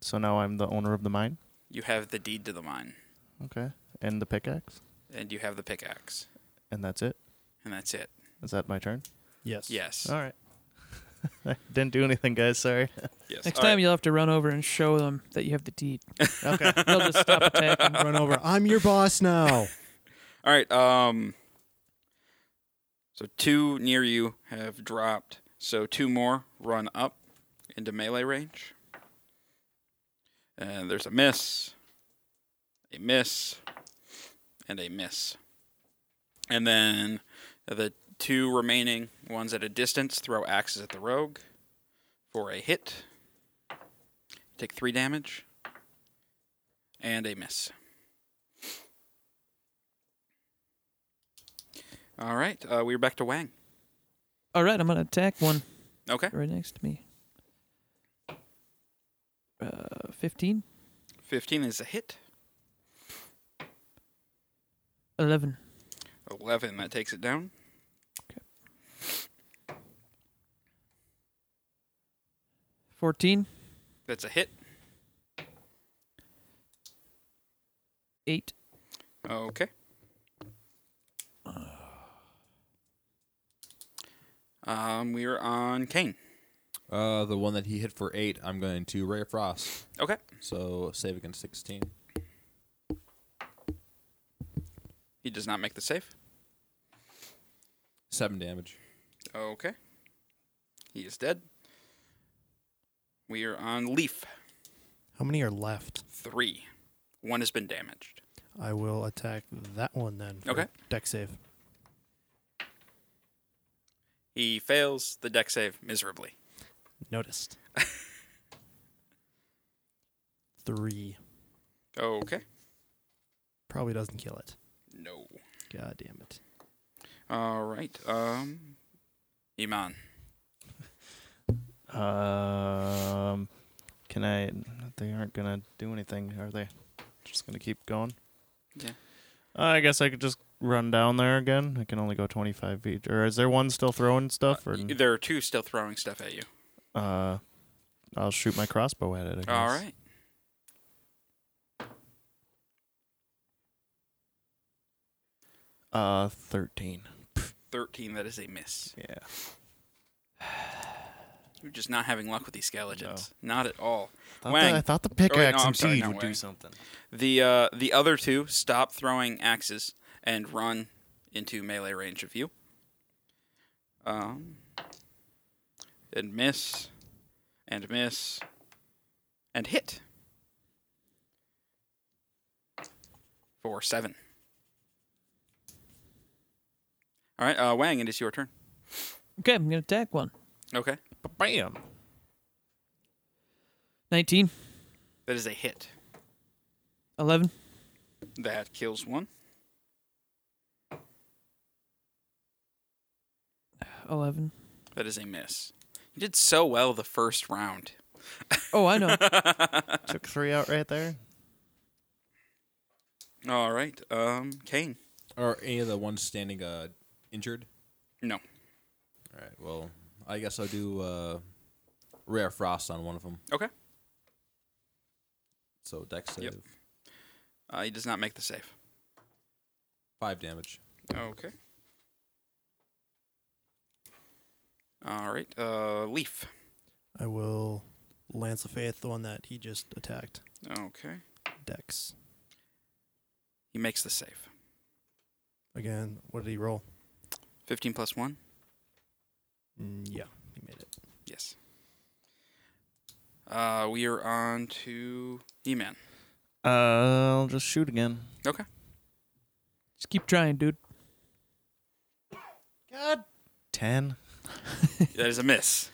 C: So now I'm the owner of the mine.
A: you have the deed to the mine,
C: Okay, and the pickaxe,
A: and you have the pickaxe,
C: and that's it.
A: and that's it.
C: Is that my turn?
E: Yes.
A: Yes.
C: All right. I didn't do anything, guys. Sorry.
A: Yes.
D: Next
A: All
D: time
A: right.
D: you'll have to run over and show them that you have the deed.
C: Okay.
D: They'll just stop attacking.
E: Run over. I'm your boss now.
A: All right. Um. So two near you have dropped. So two more run up into melee range. And there's a miss, a miss, and a miss. And then the two remaining ones at a distance throw axes at the rogue for a hit. Take three damage. And a miss. All right, uh, we're back to Wang.
D: All right, I'm gonna attack one
A: Okay,
D: right next to me. Uh, fifteen.
A: 15 is a hit.
D: 11.
A: 11, that takes it down.
D: Okay. 14.
A: That's a hit.
D: 8.
A: Okay. Um, we are on Kane.
B: Uh, the one that he hit for eight, I'm going to Ray of Frost.
A: Okay.
B: So save against 16.
A: He does not make the save.
B: Seven damage.
A: Okay. He is dead. We are on Leaf.
E: How many are left?
A: Three. One has been damaged.
E: I will attack that one then. for
A: Okay.
E: Deck save.
A: He fails the deck save miserably.
E: Noticed. Three.
A: Okay.
E: Probably doesn't kill it.
A: No.
E: God damn it.
A: All right. Um, Iman.
C: Um, can I? They aren't gonna do anything, are they? Just gonna keep going.
A: Yeah.
C: I guess I could just run down there again. I can only go 25 feet. Or is there one still throwing stuff? Or
A: Uh, Y- There are two still throwing stuff at you.
C: uh, I'll shoot my crossbow at it. I guess.
A: All right.
C: Uh, 13.
A: 13, that is a miss.
C: Yeah.
A: You're just not having luck with these skeletons. Not at all.
C: Thought
A: Wang.
C: the, I thought the
A: wait, no,
C: pickaxe
A: I'm
C: and
A: sorry,
C: siege
A: not
C: would do
A: Wang.
C: something.
A: The uh, the other two stop throwing axes and run into melee range of you. Um, and miss, and miss, and hit. For seven. All right, uh, Wang, it is your turn.
D: Okay, I'm going to attack one.
A: Okay,
C: Bam.
D: 19.
A: that is a hit.
D: 11.
A: That kills one.
D: 11.
A: That is a miss. You did so well the first round.
D: Oh, I know.
C: Took three out right there.
A: All right, um, Kane.
B: Are any of the ones standing uh, injured?
A: No.
B: All right. Well, I guess I'll do uh, Ray of Frost on one of them.
A: Okay.
B: So deck save.
A: Yep. Uh, he does not make the save.
B: Five damage.
A: Okay. All right. Uh, leaf.
E: I will Lance of Faith, the one that he just attacked.
A: Okay.
E: Dex.
A: He makes the save.
E: Again, what did he roll?
A: Fifteen plus one.
E: Mm, yeah, he made it.
A: Yes. Uh, we are on to E-Man.
C: Uh, I'll just shoot again.
D: Just keep trying, dude.
C: God. 10.
A: that is a miss.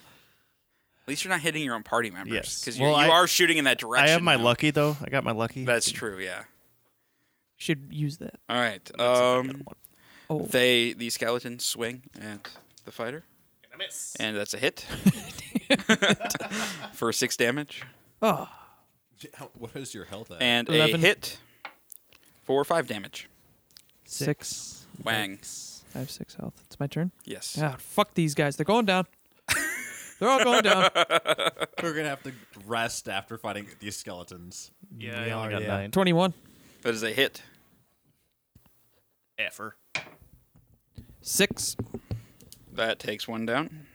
A: At least you're not hitting your own party members.
C: Yes.
A: Because
C: Well,
A: you,
C: I-
A: are shooting in that direction.
C: I have my
A: now.
C: lucky though. I got my lucky.
A: That's true. Yeah.
D: Should use that.
A: All right.
C: That's a good
A: Um,
C: one.
D: Oh.
A: they the skeletons swing at the fighter. And that's a hit. For six damage.
D: Oh.
B: What is your health at?
A: And a
D: Eleven.
A: hit for five damage.
D: Six.
A: Wang.
D: I have six health. It's my turn.
A: Yes.
D: God, fuck these guys. They're going down. They're all going down.
B: We're gonna have to rest after fighting these skeletons.
C: Yeah,
E: We
C: I
E: are,
C: only got
E: yeah.
C: 9.
D: 21.
A: That is a hit.
C: Effer.
D: Six.
A: That takes one down.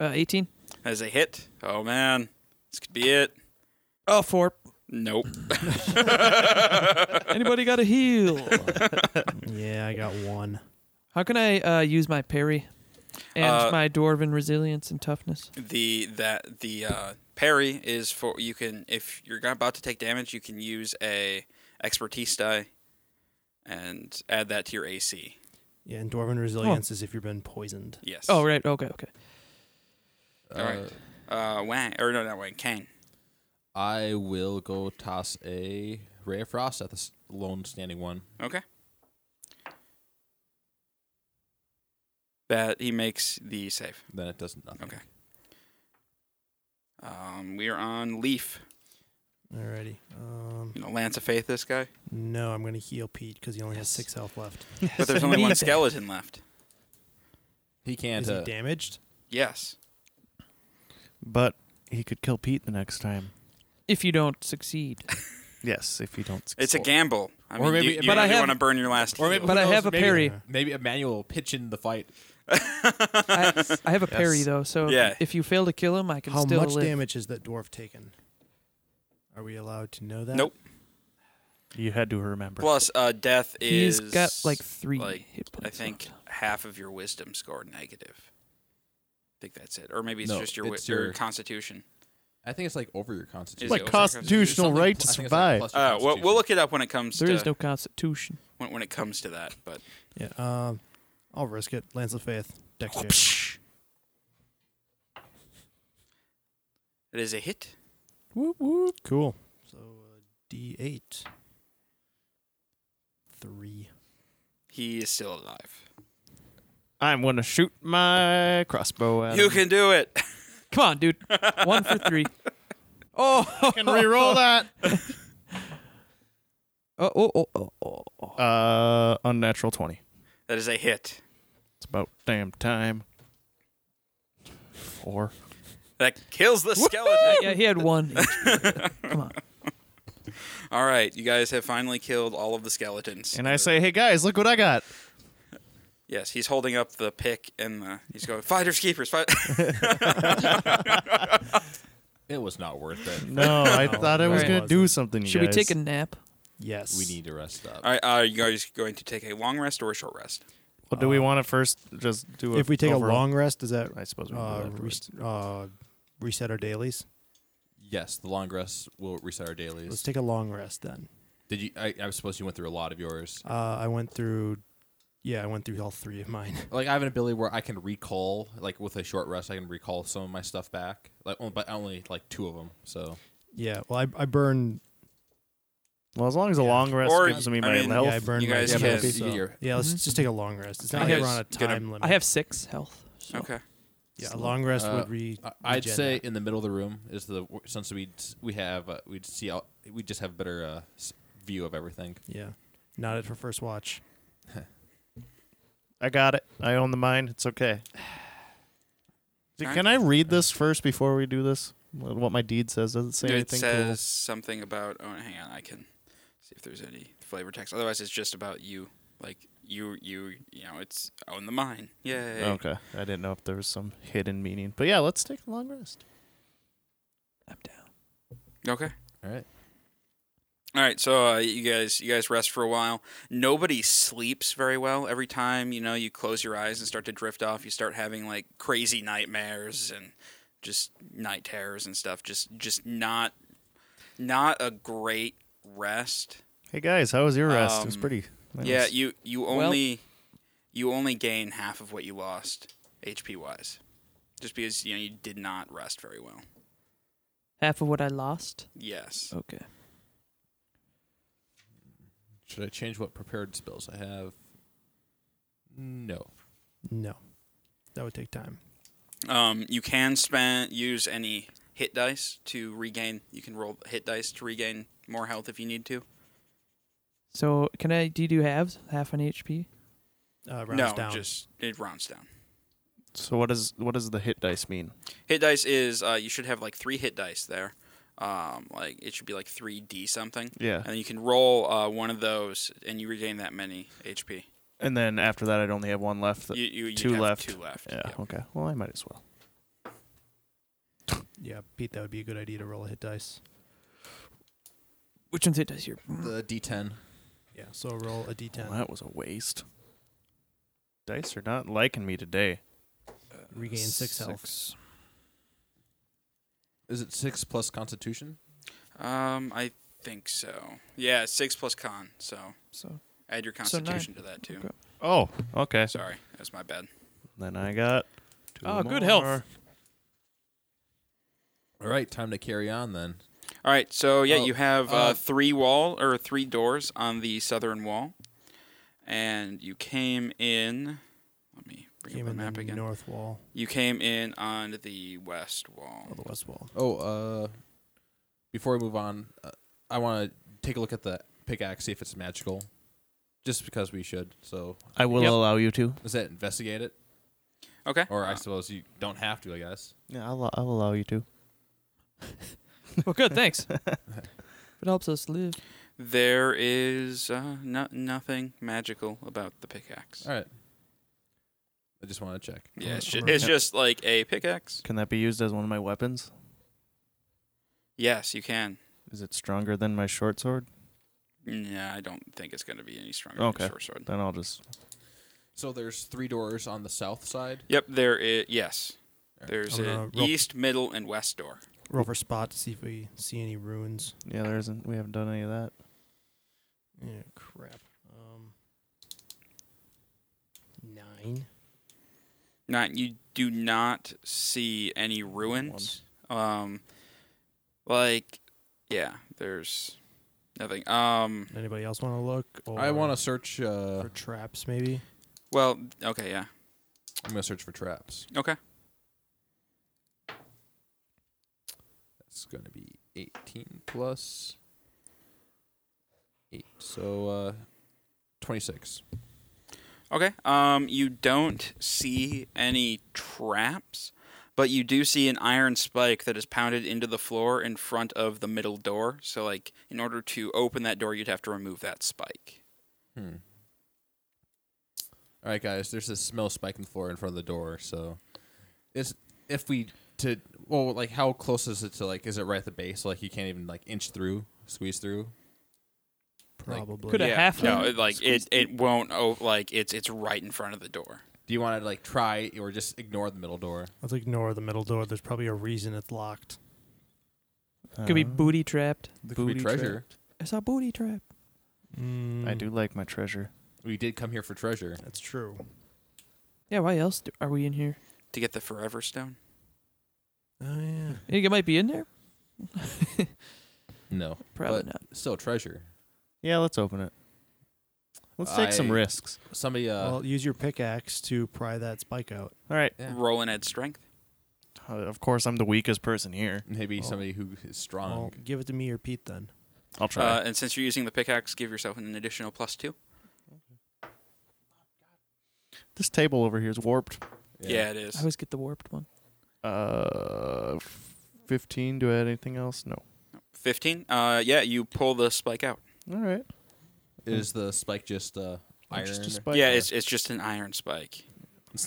D: Uh, 18.
A: That is a hit. Oh man. This could be it.
D: Oh, four.
A: Nope.
D: Anybody got a heal?
E: yeah, I got one.
D: How can I uh, use my parry and
A: Uh,
D: my dwarven resilience and toughness?
A: the that the uh, parry is for you can if you're about to take damage you can use a expertise die and add that to your AC.
E: Yeah,
B: Oh,
E: and Dwarven Resilience is if you've been poisoned.
A: Yes.
D: Oh, right. Okay, okay.
A: All right. Uh, Wang or no, not Wang. Kang.
B: I will go toss a Ray of Frost at the s- lone standing one.
A: Okay. That he makes the save.
B: Then it does nothing.
A: Okay. Um, we are on Leaf.
E: Alrighty. Um,
A: You know, Lance of Faith. This guy,
E: no, I'm gonna heal Pete because he only has
B: Yes.
E: six health left.
A: but there's only one
D: Need that.
A: skeleton left.
B: He can't.
E: Is
B: Uh,
E: he damaged?
A: Yes.
C: But he could kill Pete the next time.
D: If you don't succeed,
C: Yes, if you don't.
A: It's a
C: succeed.
A: gamble. I
B: Or
A: mean,
B: maybe-
A: you,
B: but I
A: really
D: have-
A: want to burn your last.
B: or
A: heal.
B: maybe-
D: but I
B: knows,
D: have a
B: maybe-
D: parry.
B: maybe Emmanuel will pitch in the fight.
D: I, I have a parry
C: Yes.
D: though, so
A: Yeah.
D: if you fail to kill him, I can
E: How
D: still
E: much
D: live.
E: damage has that dwarf taken? Are we allowed to know that?
A: Nope.
C: You had to remember.
A: Plus, uh, death
D: He's
A: is.
D: got like three
A: like,
D: hit
A: I
D: points.
A: think
D: left.
A: half of your wisdom score negative. I think that's it, or maybe it's
B: No,
A: just your, wi-
B: it's
A: your
B: your-
A: constitution.
B: I think it's like over your constitution.
A: Is
E: Like
A: it
E: constitutional
B: Something-
E: right to
B: I think it's like
E: survive.
B: plus your
A: Uh, well,
B: constitution.
A: we'll look it up when it comes
D: there
A: to
D: is no constitution.
A: when, when it comes to that. But
E: Yeah. Um, I'll risk it. Lance of Faith.
A: Oh,
E: Dex save.
A: it is a hit.
E: Whoop whoop. Cool. So uh, D8. Three.
A: He is still alive.
C: I'm gonna shoot my crossbow. At
A: You
C: him.
A: can do it.
D: Come on, dude. One for three. Oh,
C: can re-roll that.
D: Oh, oh, oh, oh, oh, oh.
C: Uh, unnatural twenty.
A: That is a hit.
C: It's about damn time. Four.
A: That kills the
D: Yeah,
A: skeleton.
D: he had one. Come on.
A: All right, you guys have finally killed all of the skeletons.
C: And I say, hey guys, look what I got.
A: yes, he's holding up the pick and the. He's going fighters keepers. Fight.
B: It was not worth it.
C: No, I
E: No,
C: thought I was
D: it
C: gonna
E: wasn't.
C: do something. you
D: Should we
C: guys.
D: take a nap?
E: Yes.
B: We need to rest up.
A: all right, are you guys going to take a long rest or a short rest?
C: Well, do we want to first just do? A
E: Uh, If we take
C: overall-
E: a long rest, does that
C: I suppose we
E: uh,
C: can do
E: re-
C: that
E: uh, reset our dailies?
B: Yes, the long rest will reset our dailies.
E: Let's take a long rest then.
B: Did you? I, I suppose you went through a lot of yours.
E: Uh, I went through. Yeah, I went through all three of mine.
B: Like I have an ability where I can recall, like with a short rest, I can recall some of my stuff back. Like, on- but only like two of them. So
E: yeah. Well, I I burned.
C: well, as long as a
E: Yeah.
C: long rest
A: Or-
C: gives me
A: I
C: my
A: mean,
C: health.
E: Yeah, I burned.
A: You
E: my
A: guys
E: health,
B: can-
E: so-
B: you get your-
E: Yeah, let's
D: Mhm.
E: just take a long rest. It's not
A: I
E: like
A: guess
E: we're on a
A: gonna-
E: time limit.
D: I have six health. so-
A: Okay.
E: Yeah, a long rest
B: Uh,
E: would re.
B: I- I'd
E: regen
B: say
E: that.
B: in the middle of the room is the since we we have uh, we'd see out, we just have better uh, s- view of everything.
E: Yeah. Not it for first watch.
C: I got it. I own the mine. It's okay. Dude,
A: Alright.
C: Can I read this first before we do this? What what my deed says does it say
A: it
C: anything
A: says something about. Oh, hang on, I can see if there's any flavor text. Otherwise, it's just about you. Like you, you, you know, it's own the mine. Yay.
C: cool? Okay, I didn't know if there was some hidden meaning, but yeah, let's take a long rest.
D: I'm down.
A: Okay.
B: All right.
A: All right, so uh, you guys, you guys rest for a while. Nobody sleeps very well. Every time you know you close your eyes and start to drift off, you start having like crazy nightmares and just night terrors and stuff. Just, just not, not a great rest.
C: Hey guys, how was your rest? it was
A: Um,
C: pretty. nice.
A: Yeah, you you
D: Well-
A: only you only gain half of what you lost HP wise, just because you know you did not rest very well.
D: Half of what I lost.
A: Yes.
D: Okay.
B: Should I change what prepared spells I have? No.
E: No. That would take time.
A: Um, you can spend use any hit dice to regain. You can roll hit dice to regain more health if you need to.
D: So can I? Do you do halves? Half an HP.
E: Uh, rounds
A: no,
E: down.
A: just it rounds down.
C: So what does what does the hit dice mean?
A: Hit dice is uh, you should have like three hit dice there. Um, like it should be like three D something,
C: Yeah,
A: and you can roll uh, one of those, and you regain that many HP.
C: and then after that, I'd only have one left. that-
A: You, you you'd
C: two
A: have
C: left.
A: Two left.
C: yeah.
A: Yep.
C: Okay. Well, I might as well.
E: Yeah, Pete, that would be a good idea to roll a hit dice.
D: Which one's it does your?
B: The D10.
E: Yeah, so roll a
C: Well,
E: d10.
C: that was a waste. Dice are not liking me today.
E: Regain six health.
B: Is it six plus Constitution?
A: Um, I think so. Yeah, six plus con. So
D: So
A: add your
D: So nine.
A: constitution to that too.
D: Okay.
C: Oh, okay.
A: Sorry, that's my bad.
C: Then I got. Two
D: Ah,
C: more.
D: good health.
B: All right, time to carry on then.
A: All right, so yeah,
B: Oh,
A: you have uh,
B: uh,
A: three wall or three doors on the southern wall, and you came in. Let me bring
E: Came
A: up
E: in
A: the map
E: the
A: again.
E: north wall
A: You came in on the west
E: or
A: wall.
E: the west wall.
B: Oh, uh, before we move on, uh, I want to take a look at the pickaxe, see if it's magical, just because we should. So,
D: I will
B: Yep.
D: allow you to.
B: does that investigate it?
A: Okay.
B: Or I
A: Uh,
B: suppose you don't have to. I guess.
C: Yeah, I'll, I'll allow you to.
D: Well, good. Thanks. if it helps us live.
A: there is uh, no- nothing magical about the pickaxe.
B: All right. I just want to check.
A: Yeah, it's, ju-
E: Alright.
A: it's just like a pickaxe.
C: Can that be used as one of my weapons?
A: Yes, you can.
C: Is it stronger than my short sword?
A: Yeah, I don't think it's going to be any stronger
C: Okay.
A: than short sword.
C: Then I'll just.
B: So there's three doors on the south side.
A: Yep, there is. Yes, there's
E: I'm
A: an
E: gonna roll-
A: east, middle, and west door.
E: Roll for spot to see if we see any ruins.
C: Yeah, there isn't. We haven't done any of that.
E: Yeah, crap. Um, nine.
A: Not you do not see any ruins. Um, like yeah, there's nothing. Um,
E: Anybody else want to look? Or
B: I want to search. Uh,
E: for traps maybe.
A: well, okay, yeah,
B: I'm gonna search for traps.
A: okay.
B: That's gonna be 18 plus eight, so uh, 26.
A: Okay. Um, you don't see any traps, but you do see an iron spike that is pounded into the floor in front of the middle door. So, like, in order to open that door, you'd have to remove that spike.
B: Hmm. All right, guys. There's this smell spike in the floor in front of the door. So, is if we to well, like how close is it to like? Is it right at the base? Like you can't even like inch through, squeeze through. Like,
E: Probably.
D: Could a half
A: No, it, like it, it won't. Oh, like it's it's right in front of the door.
B: do you want to like try or just ignore the middle door?
E: Let's ignore the middle door. There's probably a reason it's locked.
D: Could be
C: Uh,
D: booty trapped.
B: There could be
C: Booty
B: treasure.
D: I saw booty trap.
E: Mm,
C: I do like my treasure.
B: We did come here for treasure.
E: That's true.
D: Yeah. Why else do, are we in here?
A: to get the Forever Stone.
E: Oh yeah.
D: You think it might be in there?
B: No,
D: Probably
B: But-
D: not.
B: still treasure.
C: Yeah, let's open it. Let's take some
B: I-
C: risks.
B: Somebody. Uh,
E: well, use your pickaxe to pry that spike out.
C: All right.
B: Yeah.
A: Roll an Ed strength.
C: Uh, of course, I'm the weakest person here.
B: Maybe
E: Oh.
B: somebody who is strong.
E: Well, give it to me or Pete then.
C: I'll try.
A: Uh, and since you're using the pickaxe, give yourself an additional plus two.
C: this table over here is warped.
A: Yeah, it is.
D: I always get the warped one.
C: Uh, f- 15. Do I add anything else? No.
A: Fifteen. Uh, yeah, you pull the spike out.
C: All right.
B: Is the spike just uh,
C: Or
B: iron?
C: just a
B: It's,
C: spike.
A: yeah, it's it's just an iron spike.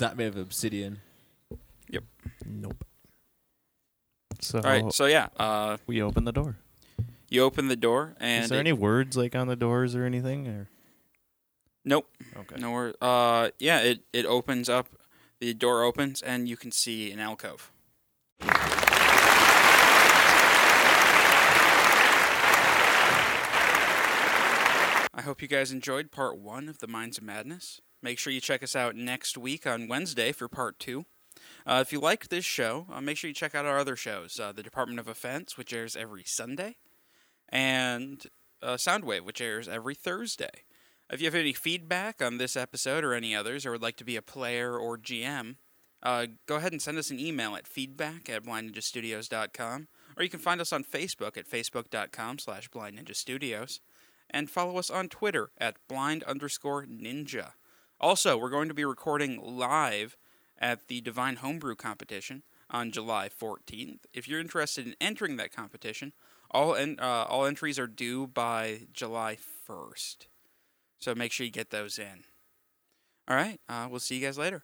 B: not made of obsidian.
E: Nope.
C: So
A: All right. So yeah, uh,
C: we open the door.
A: You open the door, and
C: is there
A: it-
C: any words like on the doors or anything? Or
A: Nope.
C: okay.
A: no wor- Uh, yeah, it it opens up. The door opens, and you can see an alcove. I hope you guys enjoyed part one of the Minds of Madness. Make sure you check us out next week on Wednesday for part two. Uh, if you liked this show, uh, make sure you check out our other shows uh, The Department of Offense, which airs every Sunday, and uh, Soundwave, which airs every Thursday. If you have any feedback on this episode or any others, or would like to be a player or GM, uh, go ahead and send us an email at feedback at blindninjastudios.com, or you can find us on Facebook at facebook.com slash blindninjastudios, and follow us on Twitter at blind underscore ninja. Also, we're going to be recording live at the Divine Homebrew Competition on July 14th. If you're interested in entering that competition, all, en- uh, all entries are due by July 1st. So make sure you get those in. All right. Uh, we'll see you guys later.